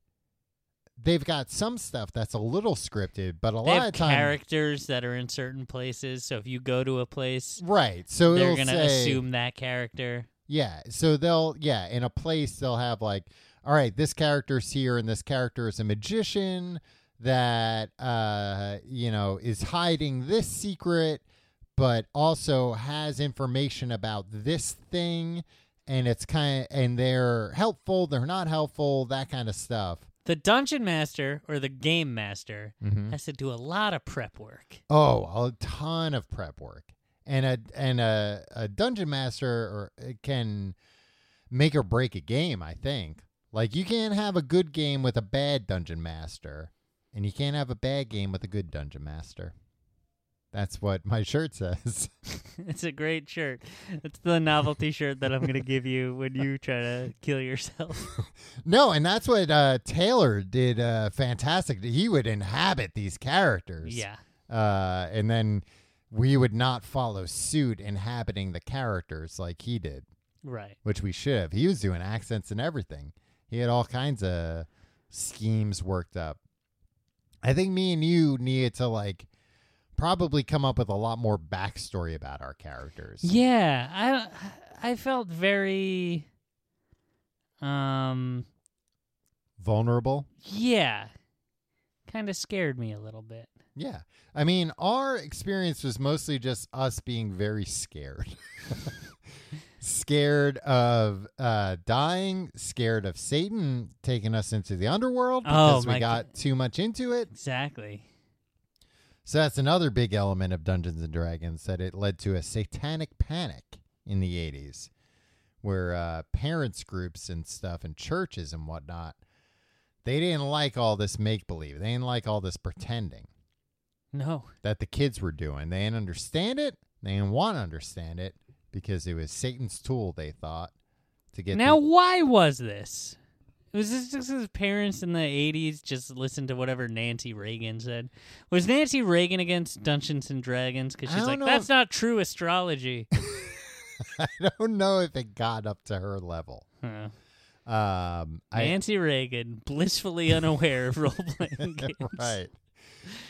They've got some stuff that's a little scripted, but a They lot have of times, characters that are in certain places, so if you go to a place, right? So they're it'll gonna say- assume that character. Yeah. So they'll yeah, in a place they'll have like, all right, this character's here and this character is a magician that uh you know is hiding this secret but also has information about this thing and it's kind of and they're helpful they're not helpful that kind of stuff The dungeon master or the game master mm-hmm. has to do a lot of prep work. Oh, a ton of prep work. And a and a, a dungeon master or it can make or break a game, I think. Like you can't have a good game with a bad dungeon master, and you can't have a bad game with a good dungeon master. That's what my shirt says. It's a great shirt. It's the novelty shirt that I'm going to give you when you try to kill yourself. no, and that's what uh, Taylor did. Uh, fantastic. He would inhabit these characters. yeah. Uh, and then we would not follow suit inhabiting the characters like he did, Right. which we should have. He was doing accents and everything. He had all kinds of schemes worked up. I think me and you needed to like probably come up with a lot more backstory about our characters. Yeah, I I felt very um Vulnerable. yeah. Kind of scared me a little bit. Yeah. I mean, our experience was mostly just us being very scared. scared of uh, dying, scared of Satan taking us into the underworld Oh, because we my got too much into it. Exactly. So that's another big element of Dungeons and Dragons that it led to a satanic panic in the 80s where uh, parents groups and stuff and churches and whatnot they didn't like all this make believe. They didn't like all this pretending No. that the kids were doing. They didn't understand it. They didn't want to understand it because it was Satan's tool, they thought, to get now the- why was this? Was this just his parents in the 80s just listened to whatever Nancy Reagan said? Was Nancy Reagan against Dungeons and Dragons cuz I she's don't like know that's if- not true astrology. I don't know if it got up to her level. Huh. Um, I, Uh, Nancy Reagan blissfully unaware of role playing games. right.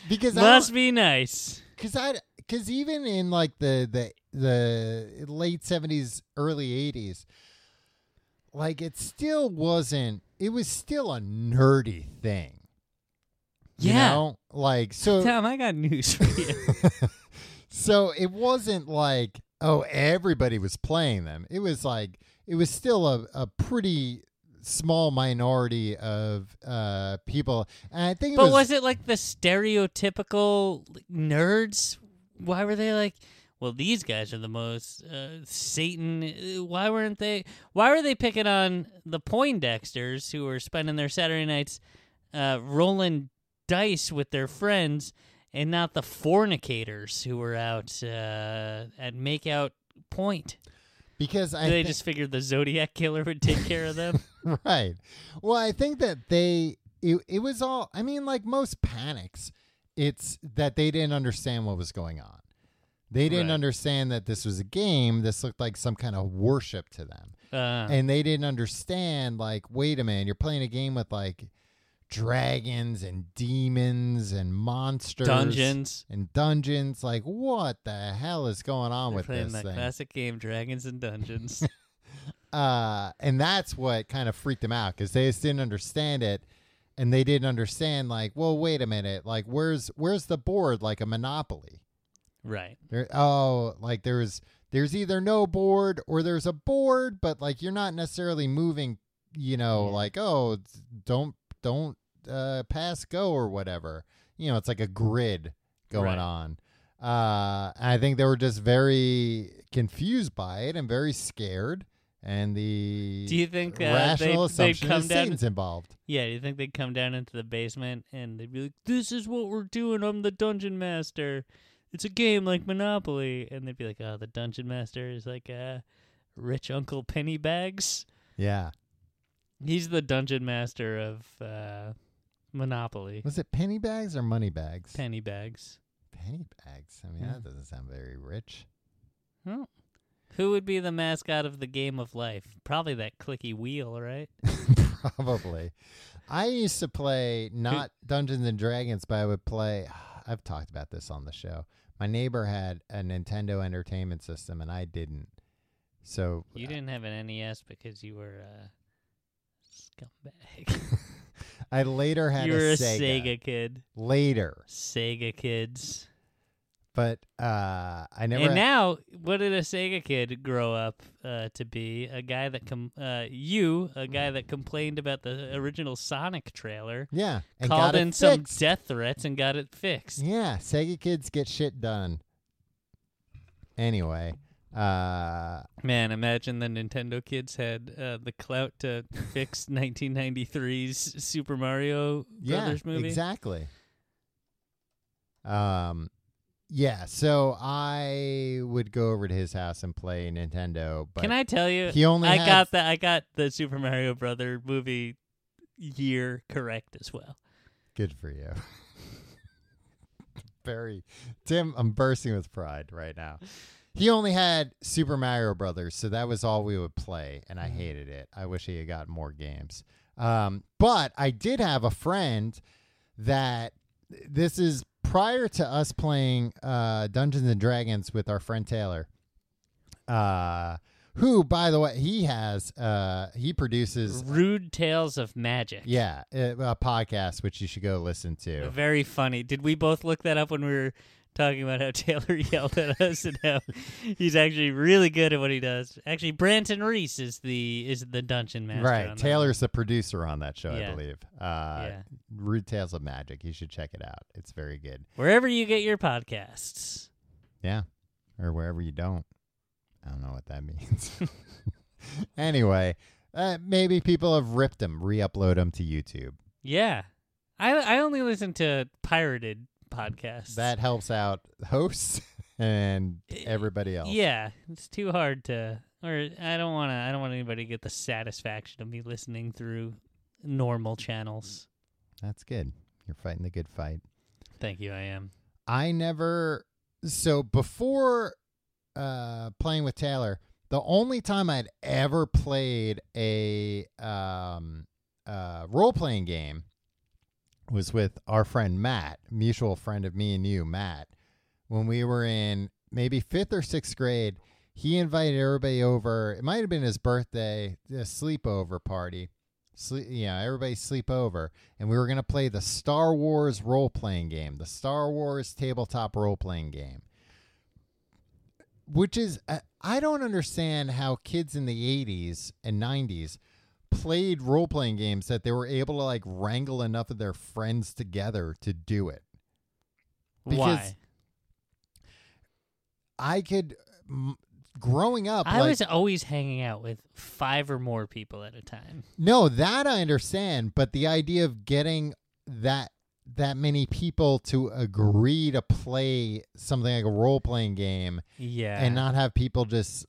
Because I Must don't- be nice. Cause I, cause even in like the the the late seventies, early eighties, like it still wasn't. It was still a nerdy thing. You Yeah. know? like so. Tom, I got news for you. so it wasn't like oh everybody was playing them. It was like it was still a a pretty small minority of uh people, and I think. It but was, it like the stereotypical like, nerds? Why were they like? Well, these guys are the most uh, Satan. uh, Why weren't they? Why were they picking on the Poindexters who were spending their Saturday nights uh, rolling dice with their friends, and not the fornicators who were out uh, at makeout point? because I They thi- just figured the Zodiac killer would take care of them. right. Well, I think that they it, it was all I mean like most panics, it's that they didn't understand what was going on. They didn't Right. understand that this was a game. This looked like some kind of worship to them. Uh, And they didn't understand like wait a minute, you're playing a game with like dragons and demons and monsters dungeons. and dungeons like what the hell is going on They're with playing this that thing? classic game, Dragons and Dungeons. uh, and that's what kind of freaked them out because they just didn't understand it, and they didn't understand like, well, wait a minute, like where's where's the board like a monopoly? right. There, oh, like there's there's either no board or there's a board, but like you're not necessarily moving, you know, Yeah. like oh, it's- don't don't uh, pass go or whatever. You know, it's like a grid going Right. on. Uh, I think they were just very confused by it and very scared. And the Do you think, uh, rational they'd- they'd assumption come is down- Satan's involved? Yeah, do you think they'd come down into the basement and they'd be like, "This is what we're doing. I'm the dungeon master. It's a game like Monopoly." And they'd be like, "Oh, the dungeon master is like uh, rich uncle Pennybags. Yeah, He's the dungeon master of uh, Monopoly. was it penny bags or money bags? Pennybags. penny bags. I mean, Yeah. that doesn't sound very rich. Well, Oh. who would be the mascot of the game of life? Probably that clicky wheel, right? Probably. I used to play not Dungeons and Dragons, but I would play. I've talked about this on the show. My neighbor had a Nintendo Entertainment System, and I didn't. So You didn't have an NES because you were a scumbag. I later had you were a, a Sega, Sega kid. Later, Sega kids. but uh, I never. and now, what did a Sega kid grow up uh, to be? A guy that com- uh, you, a guy that complained about the original Sonic trailer, yeah, and called got it in some fixed. death threats and got it fixed. Yeah, Sega kids get shit done. Anyway, uh, Man, imagine the Nintendo kids had uh, the clout to fix 1993's Super Mario Brothers movie. Exactly. Um, yeah, so I would go over to his house and play Nintendo. But Can I tell you? he only I had- got the I got the Super Mario Brother movie year correct as well. Good for you. Very, Tim. I'm bursting with pride right now. He only had Super Mario Brothers, so that was all we would play, and I hated it. I wish he had got more games. Um, but I did have a friend that this is prior to us playing uh, Dungeons and Dragons with our friend Taylor. Uh, who, by the way, he has uh, he produces Rude Tales of Magic. yeah a, a podcast which you should go listen to. Very funny. Did we both look that up when we were talking about how Taylor yelled at us and how he's actually really good at what he does? Actually, Branson Reese is the is the dungeon master. on Right. that Taylor's the producer on that show, I Yeah. believe. Uh, one. Yeah. Rude Tales of Magic. You should check it out. It's very good. Wherever you get your podcasts. Yeah. Or wherever you don't. I don't know what that means. anyway, uh, maybe people have ripped them, re upload them to YouTube. Yeah. I I only listen to pirated podcasts. That helps out hosts and everybody else. Eh, Yeah, it's too hard to or I don't want to I don't want anybody to get the satisfaction of me listening through normal channels. That's good. You're fighting the good fight. Thank you, I am. I never so before uh playing with Taylor, the only time I'd ever played a um uh role playing game was with our friend Matt, mutual friend of me and you, Matt. When we were in maybe 5th or 6th grade, he invited everybody over. It might have been his birthday, a sleepover party. Sleep, you know, everybody sleep over and we were going to play the Star Wars role playing game, the Star Wars tabletop role playing game, which is, I- I don't understand how kids in the 80s and 90s played role playing games that they were able to like wrangle enough of their friends together to do it. Because Why? I could, m- growing up, I like, was always hanging out with five or more people at a time. No, that I understand, but the idea of getting that that many people to agree to play something like a role playing game Yeah. and uh, not have people just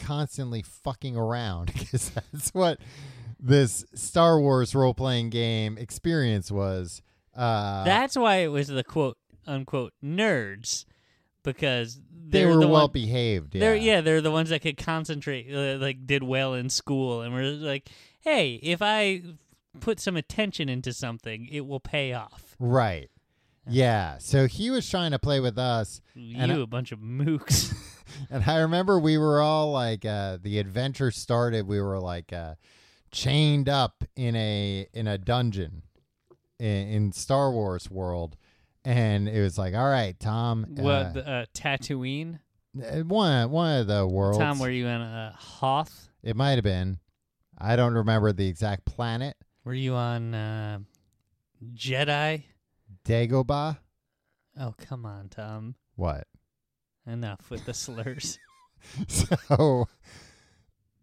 constantly fucking around because that's what this Star Wars role playing game experience was. Uh, That's why it was the quote unquote nerds because they they're were the well one- behaved. Yeah. They're yeah, they're the ones that could concentrate, uh, like did well in school, and were like, "Hey, if I put some attention into something, it will pay off." right. Yeah. So he was trying to play with us, And you a bunch of mooks. And I remember we were all like, uh, the adventure started. We were like uh, chained up in a in a dungeon in, in Star Wars world, and it was like, all right, Tom, uh, what the, uh, Tatooine? uh, one one of the worlds. Tom, were you on uh, Hoth? it might have been. I don't remember the exact planet. Were you on uh, Jedi? Dagobah. Oh come on, Tom! What? Enough with the slurs. so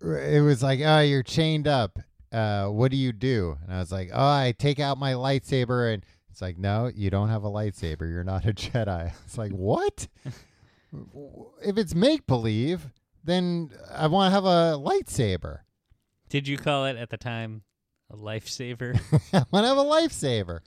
it was like, oh, you're chained up. Uh, what do you do? And I was like, oh, I take out my lightsaber. And it's like, no, you don't have a lightsaber. You're not a Jedi. It's like, what? if it's make believe, then I want to have a lightsaber. Did you call it at the time a lifesaver? I want to have a lifesaver.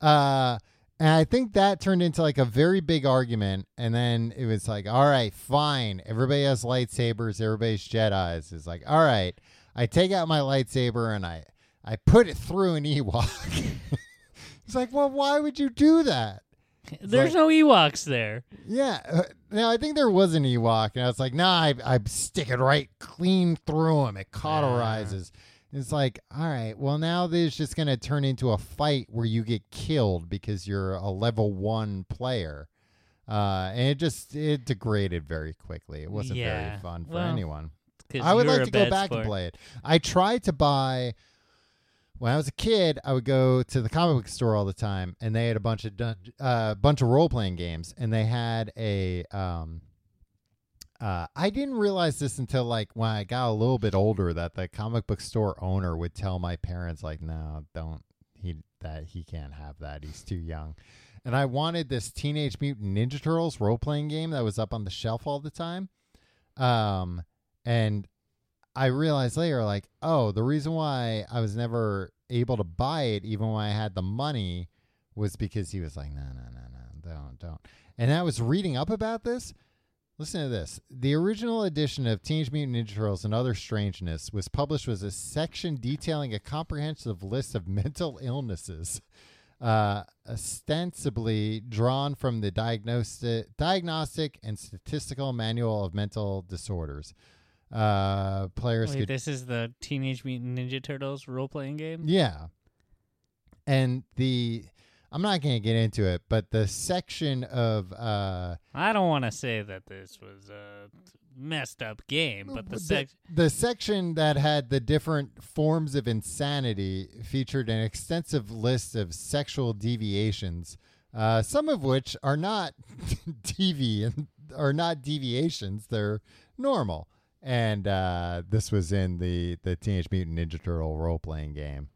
Uh, and I think that turned into like a very big argument. And then it was like, all right, fine. Everybody has lightsabers. Everybody's Jedi's. It's like, all right, I take out my lightsaber and I, I put it through an Ewok. it's like, well, why would you do that? There's no Ewoks there. Yeah. uh, Now I think there was an Ewok, and I was like, nah, I, I stick it right clean through him. It cauterizes. It's like, all right, well now this is just gonna turn into a fight where you get killed because you're a level one player. Uh, and it just it degraded very quickly. It wasn't very Yeah, fun for well, anyone. 'cause I would you were like a to go bad back sport. and play it. I tried to buy when I was a kid. I would go to the comic book store all the time, and they had a bunch of dun- uh, bunch of role playing games, and they had a. Um, uh, I didn't realize this until like when I got a little bit older that the comic book store owner would tell my parents like, "No, don't he that he can't have that. He's too young." and I wanted this Teenage Mutant Ninja Turtles role playing game that was up on the shelf all the time. Um, and I realized later, like, oh, the reason why I was never able to buy it, even when I had the money, was because he was like, no, no, no, no, don't, don't. And I was reading up about this. Listen to this. The original edition of Teenage Mutant Ninja Turtles and Other Strangeness was published as a section detailing a comprehensive list of mental illnesses, uh, ostensibly drawn from the diagnosti- diagnostic and statistical manual of mental disorders. Uh, players Wait, could this is the Teenage Mutant Ninja Turtles role playing game? yeah. And the I'm not going to get into it, but the section of uh I don't want to say that this was a messed up game, but the sex. the section that had the different forms of insanity featured an extensive list of sexual deviations, uh, some of which are not deviant, are not deviations; they're normal. And uh, this was in the the Teenage Mutant Ninja Turtle role playing game,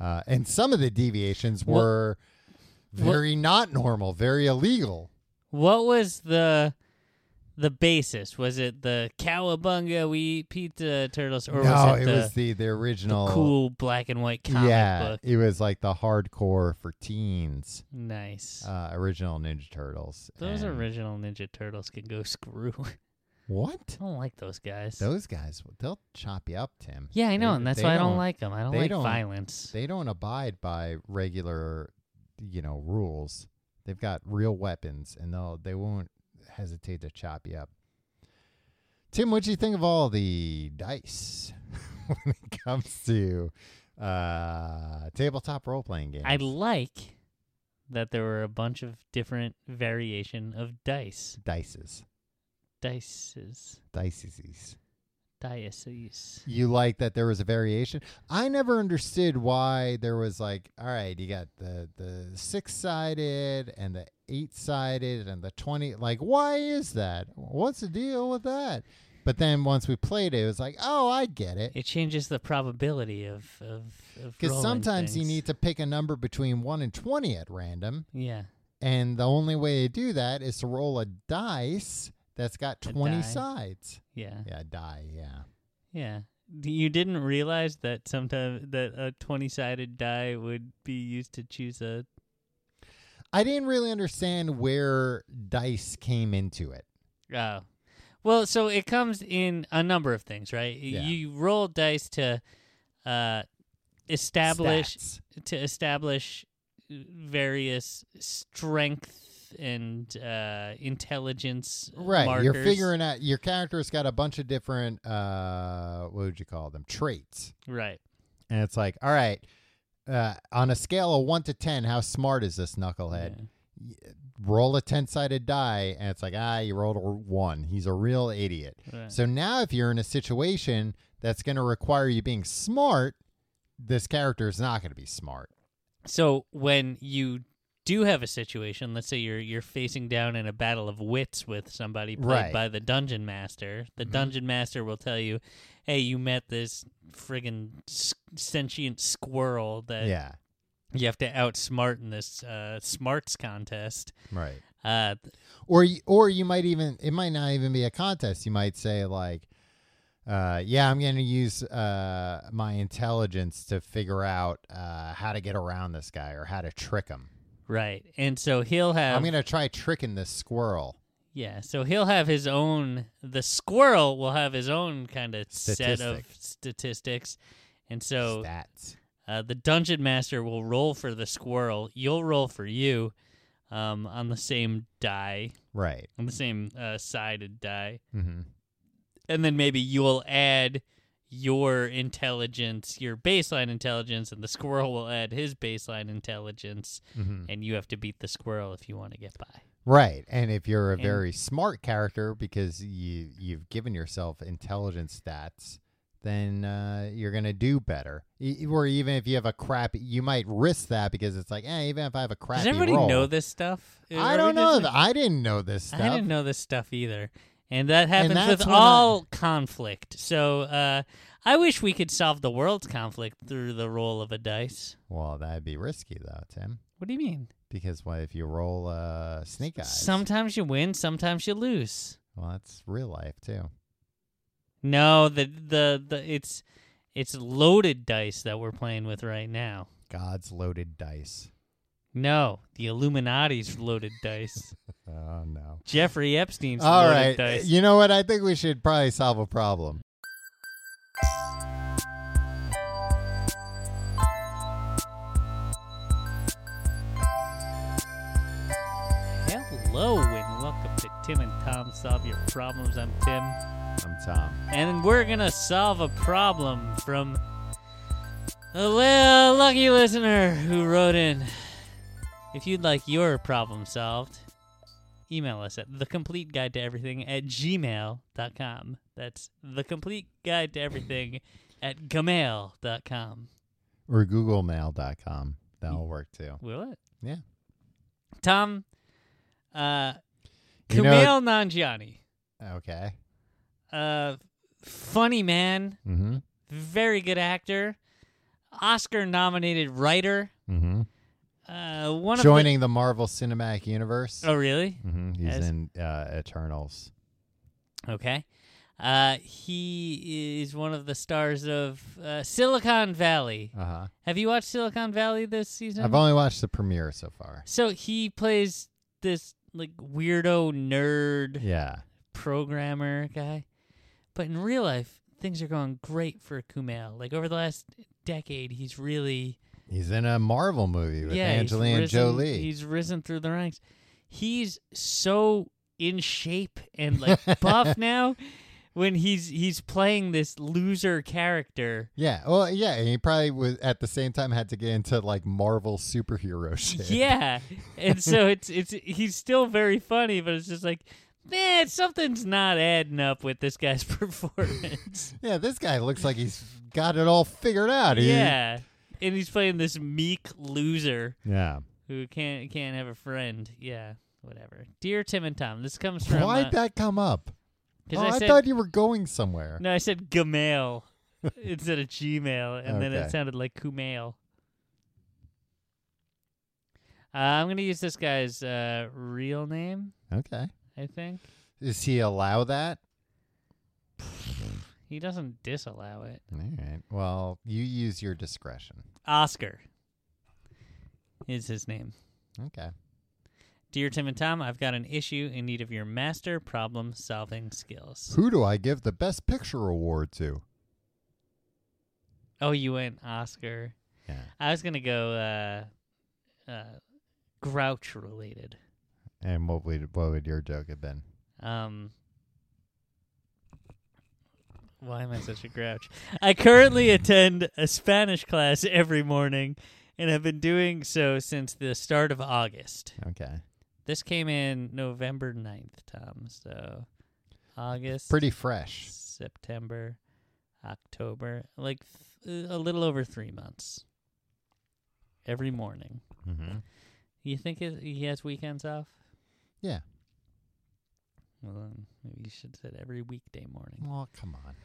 uh, and some of the deviations What- were very not normal, very illegal. What was the the basis? Was it the cowabunga we eat pizza turtles, or no, was it, it the, was the the the original cool black and white comic yeah, book? it was like the hardcore for teens, Nice. uh, original Ninja Turtles. those and- original Ninja Turtles can go screw. I What? don't like those guys. Those guys, they'll chop you up, Tim. yeah, I know, They- and that's they why I don't like them. I don't they like don't- violence. They don't abide by regular, you know, rules. They've got real weapons, and they'll they won't hesitate to chop you up. Tim, what do you think of all the dice when it comes to uh, tabletop role playing games? I like that there were a bunch of different variation of dice, dices, dices, dices. diocese. you like that there was a variation. I never understood why there was like, all right, you got the the six sided and the eight sided and the twenty. Like, why is that? What's the deal with that? But then once we played it, it was like, oh, I get it. It changes the probability of of Because because sometimes you need to pick a number between one and twenty at random, yeah and the only way to do that is to roll a dice that's got A twenty die. sides. yeah Yeah, die. Yeah. yeah. D- You didn't realize that sometimes that a twenty sided die would be used to choose a I didn't really understand where dice came into it. oh. Well, so it comes in a number of things, right? Yeah. You roll dice to uh, establish Stats. to establish uh, various strength and uh, intelligence Right. markers. You're figuring out your character's got a bunch of different uh what would you call them? Traits. right. And it's like, all right, uh, on a scale of one to ten, how smart is this knucklehead? Yeah. Y- Roll a ten sided die, and it's like, ah, you rolled a one. He's a real idiot. Right. So now if you're in a situation that's gonna require you being smart, this character is not gonna be smart. So when you do have a situation, let's say you're you're facing down in a battle of wits with somebody played Right. Mm-hmm. by the dungeon master, the dungeon master will tell you, "Hey, you met this friggin' s- sentient squirrel that yeah. you have to outsmart in this uh, smarts contest." Right. Uh, th- or y- or you might even it might not even be a contest you might say like uh, yeah i'm going to use uh, my intelligence to figure out uh, how to get around this guy or how to trick him right, and so he'll have i'm going to try tricking this squirrel yeah, so he'll have his own. The squirrel will have his own kind of set Statistic. of statistics, and so stats Uh, the dungeon master will roll for the squirrel. You'll roll for you um, on the same die, right on the same uh, sided die. mm-hmm. And then maybe you'll add your intelligence, your baseline intelligence, and the squirrel will add his baseline intelligence. Mm-hmm. And you have to beat the squirrel if you want to get by. right and if you're a And- very smart character because you you've given yourself intelligence stats then uh, you're gonna do better. E- Or even if you have a crappy, you might risk that because it's like, eh, even if I have a crappy Does everybody roll, know this stuff? I Are we don't know. just- th- I didn't know this stuff. I didn't know this stuff either. And that happens that's with when I- all conflict. So uh, I wish we could solve the world's conflict through the roll of a dice. Well, that'd be risky, though, Tim. What do you mean? Because what if you roll uh, snake eyes? Sometimes you win, sometimes you lose. Well, that's real life too. No, the the, the it's it's loaded dice that we're playing with right now. God's loaded dice. No, the Illuminati's loaded dice. Oh no. Jeffrey Epstein's All loaded right. dice. You know what? I think we should probably solve a problem. Hello and welcome to Tim and Tom Solve Your Problems. I'm Tim, I'm Tom. and we're gonna solve a problem from a li- lucky listener who wrote in. If you'd like your problem solved, email us at the complete guide to everything at gmail.com. That's the complete guide to everything at gmail.com. Or googlemail.com. That'll Mm. work too. Will it? Yeah. Tom, uh, You Kumail know- Nanjiani. Okay. uh, funny man, Mm-hmm. very good actor, Oscar-nominated writer. Mm-hmm. Uh, one Joining the-, Marvel Cinematic Universe. Of the, oh, really? hmm He's As- in uh, Eternals. Okay. Uh, he is one of the stars of uh, Silicon Valley. Uh huh. Have you watched Silicon Valley this season? I've only watched the premiere so far. so he plays this like weirdo nerd Yeah. programmer guy, but in real life things are going great for Kumail. Like over the last decade, he's really He's in a Marvel movie with yeah, he's Angelina risen- Jolie. He's risen through the ranks. He's so in shape and like buff now when he's he's playing this loser character. yeah. Well, yeah. and He probably was at the same time had to get into like Marvel superhero shit. Yeah. And so it's it's he's still very funny, but it's just like Man, something's not adding up with this guy's performance. Yeah. This guy looks like he's got it all figured out. He- yeah, and he's playing this meek loser. Yeah. who can't can't have a friend. Yeah, whatever. Dear Tim and Tom, this comes from. Why'd uh, that come up? 'cause Oh, I, I, said, thought you were going somewhere. no, I said Gmail instead of Gmail, and then Okay. it sounded like Kumail. Uh, I'm gonna use this guy's uh, real name. Okay. I think Does he allow that? he doesn't disallow it. All right. Well, you use your discretion. Oscar is his name. Okay. Dear Tim and Tom, I've got an issue in need of your master problem solving skills. Who do I give the Best Picture award to? Oh, you went Oscar. Yeah. I was gonna go uh, uh, Grouch related. And what would what would your joke have been? Um, why am I such a grouch? I currently attend a Spanish class every morning, and have been doing so since the start of August. Okay. This came in November 9th, Tom. So August, Pretty fresh. September, October, like th- a little over three months. Every morning. Mm-hmm. You think it, he has weekends off? Yeah. Well, then maybe you should say every weekday morning. Well, come on.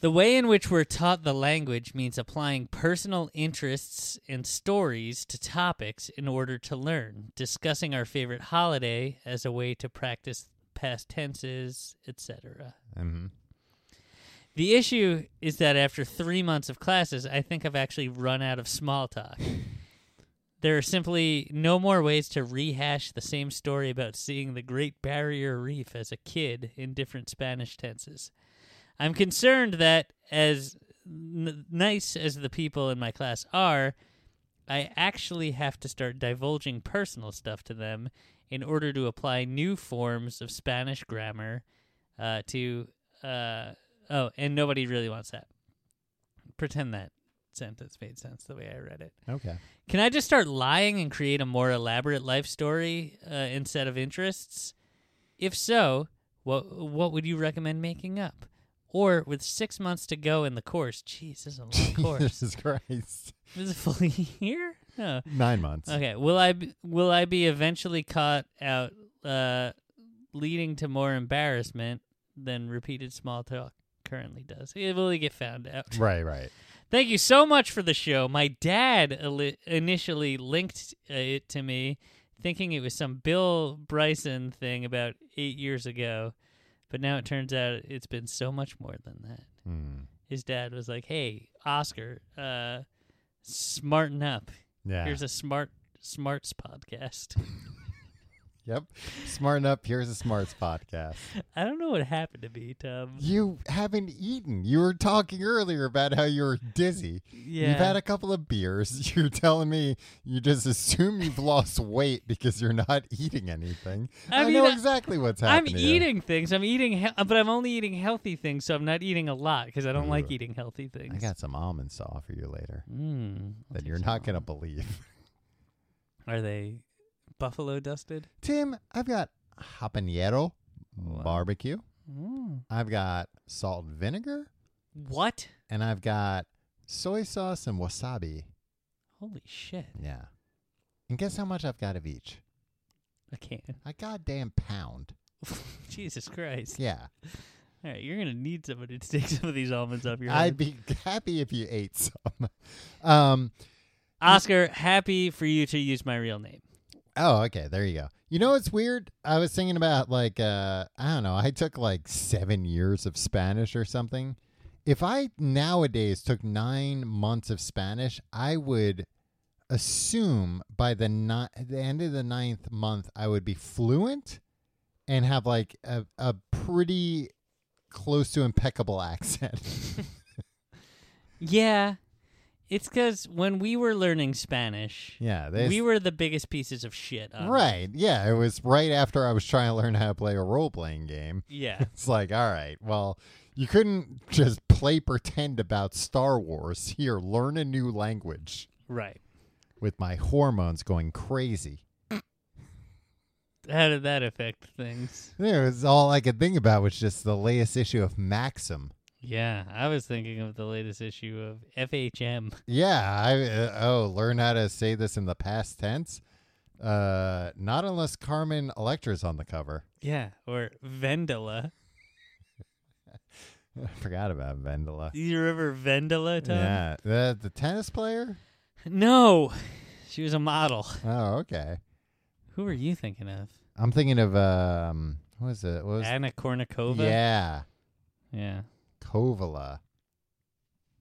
The way in which we're taught the language means applying personal interests and stories to topics in order to learn, discussing our favorite holiday as a way to practice past tenses, etc. Mm-hmm. The issue is that after three months of classes, I think I've actually run out of small talk. there are simply no more ways to rehash the same story about seeing the Great Barrier Reef as a kid in different Spanish tenses. I'm concerned that, as n- nice as the people in my class are, I actually have to start divulging personal stuff to them in order to apply new forms of Spanish grammar uh, to. Uh, oh, and nobody really wants that. Pretend that sentence made sense the way I read it. Okay. Can I just start lying and create a more elaborate life story uh, instead of interests? If so, what what would you recommend making up? Or with six months to go in the course, geez, this is a long course. Jesus Christ. this is a full year? No. Nine months. Okay. Will I b- will I be eventually caught out, uh, leading to more embarrassment than repeated small talk currently does? Eh, Will he get found out? Right. Right. Thank you so much for the show. My dad ili- initially linked uh, it to me, thinking it was some Bill Bryson thing about eight years ago, but now it turns out it's been so much more than that. Hmm. His dad was like, "Hey, Oscar, uh, smarten up. Yeah. Here's a smart smarts podcast." Yep. Smarten up. Here's a smarts podcast. I don't know what happened to me, Tom. You haven't eaten. You were talking earlier about how you were dizzy. Yeah, You've had a couple of beers. You're telling me you just assume you've lost weight because you're not eating anything. I I, mean, know I- exactly what's I'm happening. eating things. I'm eating, he- but I'm only eating healthy things, so I'm not eating a lot because I don't like Ooh. eating healthy things. I got some almond saw for you later Mm, I'll that take you're some not going to almond. believe. Are they buffalo dusted? Tim, I've got habanero barbecue. Mm. I've got salt and vinegar. What? And I've got soy sauce and wasabi. Holy shit! Yeah. And guess how much I've got of each? I can't. A goddamn pound. Jesus Christ! Yeah. All right, you're gonna need somebody to take some of these almonds off your I'd head. be happy if you ate some. Um, Oscar, happy for you to use my real name. Oh, okay. There you go. You know what's weird? I was thinking about like uh I don't know, I took like seven years of Spanish or something. If I nowadays took nine months of Spanish, I would assume by the ni- the end of the ninth month I would be fluent and have like a, a pretty close to impeccable accent. Yeah, it's because when we were learning Spanish, yeah. They we were uh, the biggest pieces of shit. On Right. Yeah. It was right after I was trying to learn how to play a role playing game. Yeah. It's like, all right, well, you couldn't just play pretend about Star Wars here. Learn a new language Right. with my hormones going crazy. How did that affect things? It was all I could think about was just the latest issue of Maxim. Yeah, I was thinking of the latest issue of FHM. Yeah, I uh, oh, learn how to say this in the past tense. Uh, not unless Carmen Electra's on the cover. Yeah, or Vendela. I forgot about Vendela. Do you remember Vendela, Tom? Yeah, the the tennis player. No, she was a model. Oh, okay. Who are you thinking of? I'm thinking of um, what was it? What was Anna Kournikova. yeah. Yeah. Kovala.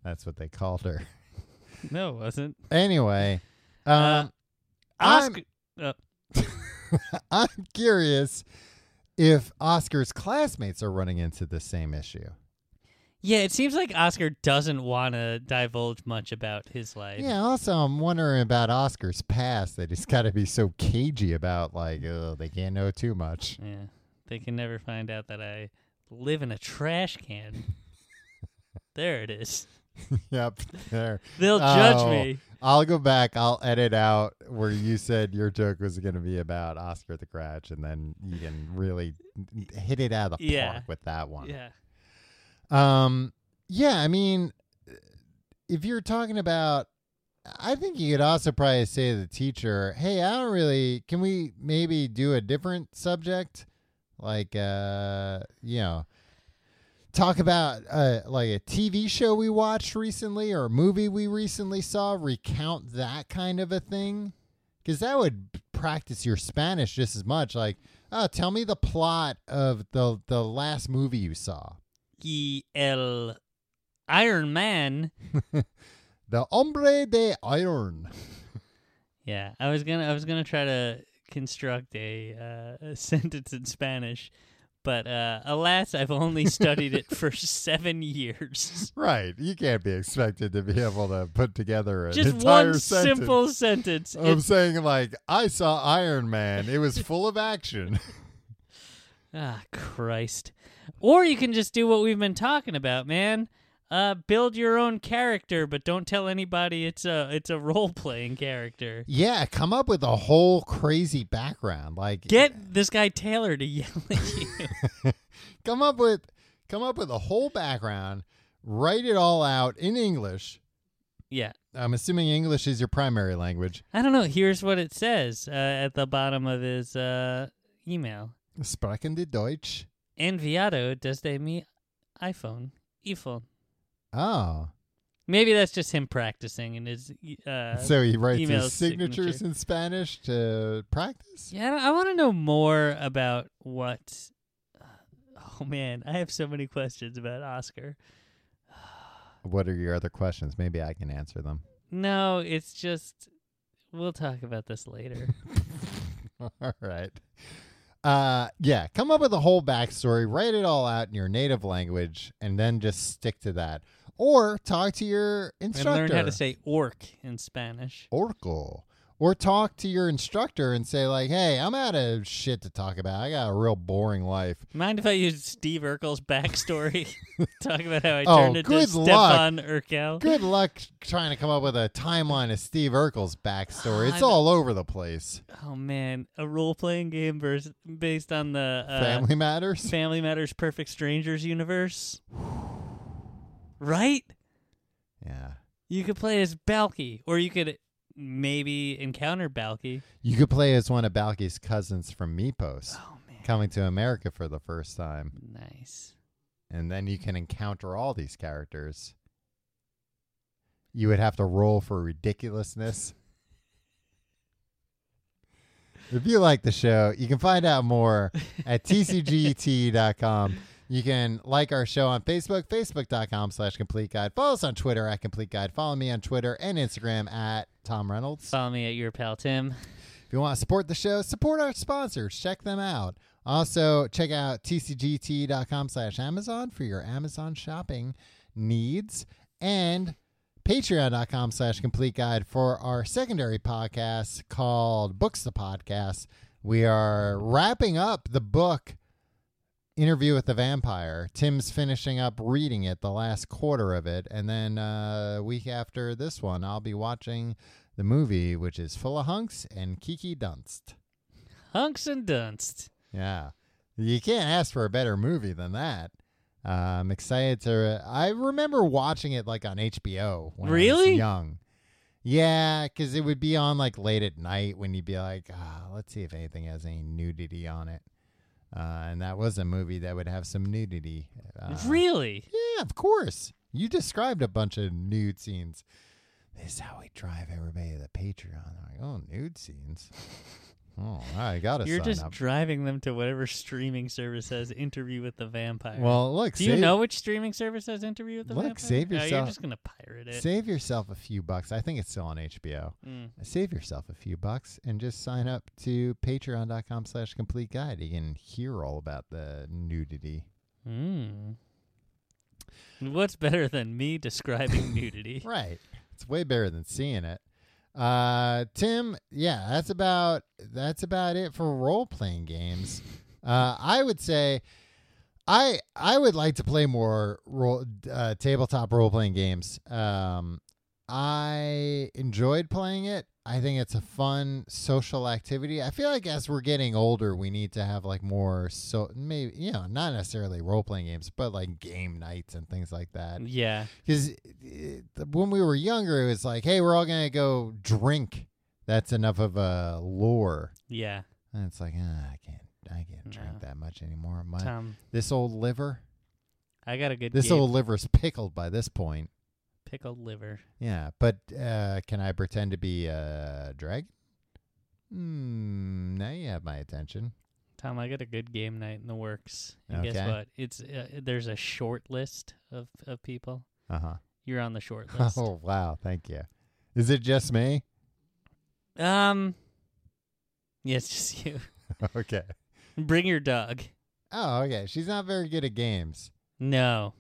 That's what they called her. No, it wasn't. Uh, Anyway, um, I'm- Oscar. Uh, I'm curious if Oscar's classmates are running into the same issue. yeah, it seems like Oscar doesn't want to divulge much about his life. Yeah, also, I'm wondering about Oscar's past that he's got to be so cagey about, like, oh, they can't know too much. Yeah. They can never find out that I live in a trash can. there it is. yep, there. They'll judge Oh, me. I'll go back. I'll edit out where you said your joke was going to be about Oscar the Grouch, and then you can really hit it out of the Yeah. park with that one. Yeah. Um, yeah, I mean, if you're talking about, I think you could also probably say to the teacher, "Hey, I don't really. Can we maybe do a different subject, like uh, you know." Talk about uh, like a TV show we watched recently or a movie we recently saw. Recount that kind of a thing, because that would practice your Spanish just as much. Like, oh, tell me the plot of the the last movie you saw. E L Iron Man. The hombre de iron. Yeah, I was gonna I was gonna try to construct a, uh, a sentence in Spanish, but uh, alas, I've only studied it for seven years. Right. You can't be expected to be able to put together an Just entire one sentence simple sentence. of It- saying like, I saw Iron Man. It was full of action. ah, Christ! Or you can just do what we've been talking about, man. Uh, build your own character, but don't tell anybody it's a it's a role playing character. yeah, come up with a whole crazy background. Like Get this guy Taylor to yell at you. come up with come up with a whole background, write it all out in English. yeah, I'm assuming English is your primary language. I don't know. Here's what it says uh, at the bottom of his uh, email. Sprechen die Deutsch. Enviado desde mi iPhone. iPhone. Oh. Maybe that's just him practicing and his. Uh, so he writes email his signatures signature. in Spanish to practice. yeah, I don't- I want to know more about what. Oh man, I have so many questions about Oscar. What are your other questions? Maybe I can answer them. No, it's just we'll talk about this later. all right. Uh, yeah, come up with a whole backstory, write it all out in your native language, and then just stick to that. Or talk to your and instructor. learn how to say orc in Spanish. Oracle. Or talk to your instructor and say, like, hey, I'm out of shit to talk about. I got a real boring life. Mind if I use Steve Urkel's backstory? Talk about how I Oh, turned into good luck. Stefan Urkel. Good luck trying to come up with a timeline of Steve Urkel's backstory. It's I- all over the place. Oh man, a role playing game vers- based on the uh, Family matters. Family Matters Perfect Strangers universe. Right? yeah. You could play as Balky, or you could maybe encounter Balky. You could play as one of Balky's cousins from Meepos coming to America for the first time. Nice. and then you can encounter all these characters. You would have to roll for ridiculousness. If you like the show, you can find out more at E tcgt.com. You can like our show on Facebook, facebook.com slash complete guide. Follow us on Twitter at complete guide. Follow me on Twitter and Instagram at Tom Reynolds. Follow me at your pal Tim. If you want to support the show, support our sponsors. Check them out. Also, check out tcgt.com slash Amazon for your Amazon shopping needs and patreon.com slash complete guide for our secondary podcast called Books the Podcast. We are wrapping up the book Interview with the Vampire. Tim's finishing up reading it, the last quarter of it. And then uh, week after this one, I'll be watching the movie, which is full of hunks and Kiki Dunst. Hunks and Dunst. Yeah. You can't ask for a better movie than that. Uh, I'm excited to. I remember watching it like on HBO when I Really? was young. Yeah, because it would be on like late at night when you'd be like, ah, let's see if anything has any nudity on it. Uh, and that was a movie that would have some nudity. Uh, really? yeah, of course. You described a bunch of nude scenes. This is how we drive everybody to the Patreon. They're like, oh, nude scenes. Oh, I gotta You're sign just up. driving them to whatever streaming service has Interview with the Vampire. well, look. do you save, know which streaming service has Interview with the Look, Vampire? save Oh, you're yourself- just gonna pirate it. Save yourself a few bucks. I think it's still on HBO. Mm. Save yourself a few bucks and just sign up to Patreon.com/slash Complete Guide. You can hear all about the nudity. Mm. What's better than me describing nudity? Right. It's way better than seeing it. Uh Tim, yeah, that's about that's about it for role playing games. Uh I would say I I would like to play more role uh, tabletop role playing games. Um I enjoyed playing it. I think it's a fun social activity. I feel like as we're getting older, we need to have like more so maybe you know, not necessarily role playing games, but like game nights and things like that Yeah. because eh, when we were younger, it was like, hey, we're all gonna go drink. That's enough of a lure. Yeah. And it's like, ah, I can't, I can't drink No. that much anymore. My Tom, this old liver, I got a good this Gabe old liver's pickled by this point. pickled liver. Yeah, but uh, can I pretend to be a dragon? Hmm. Now you have my attention. Tom, I got a good game night in the works. And guess Okay. what? It's uh, there's a short list of, of people. Uh huh. You're on the short list. Oh wow, thank you. Is it just me? Um Yeah, it's just you. okay. Bring your dog. Oh, okay. She's not very good at games. No.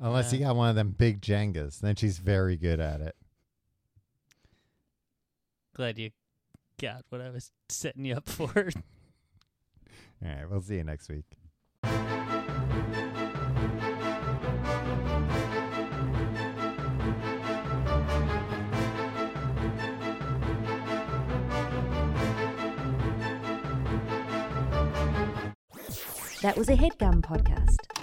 Unless you Yeah. got one of them big Jengas, then she's very good at it. Glad you got what I was setting you up for. All right, we'll see you next week. That was a headgum podcast.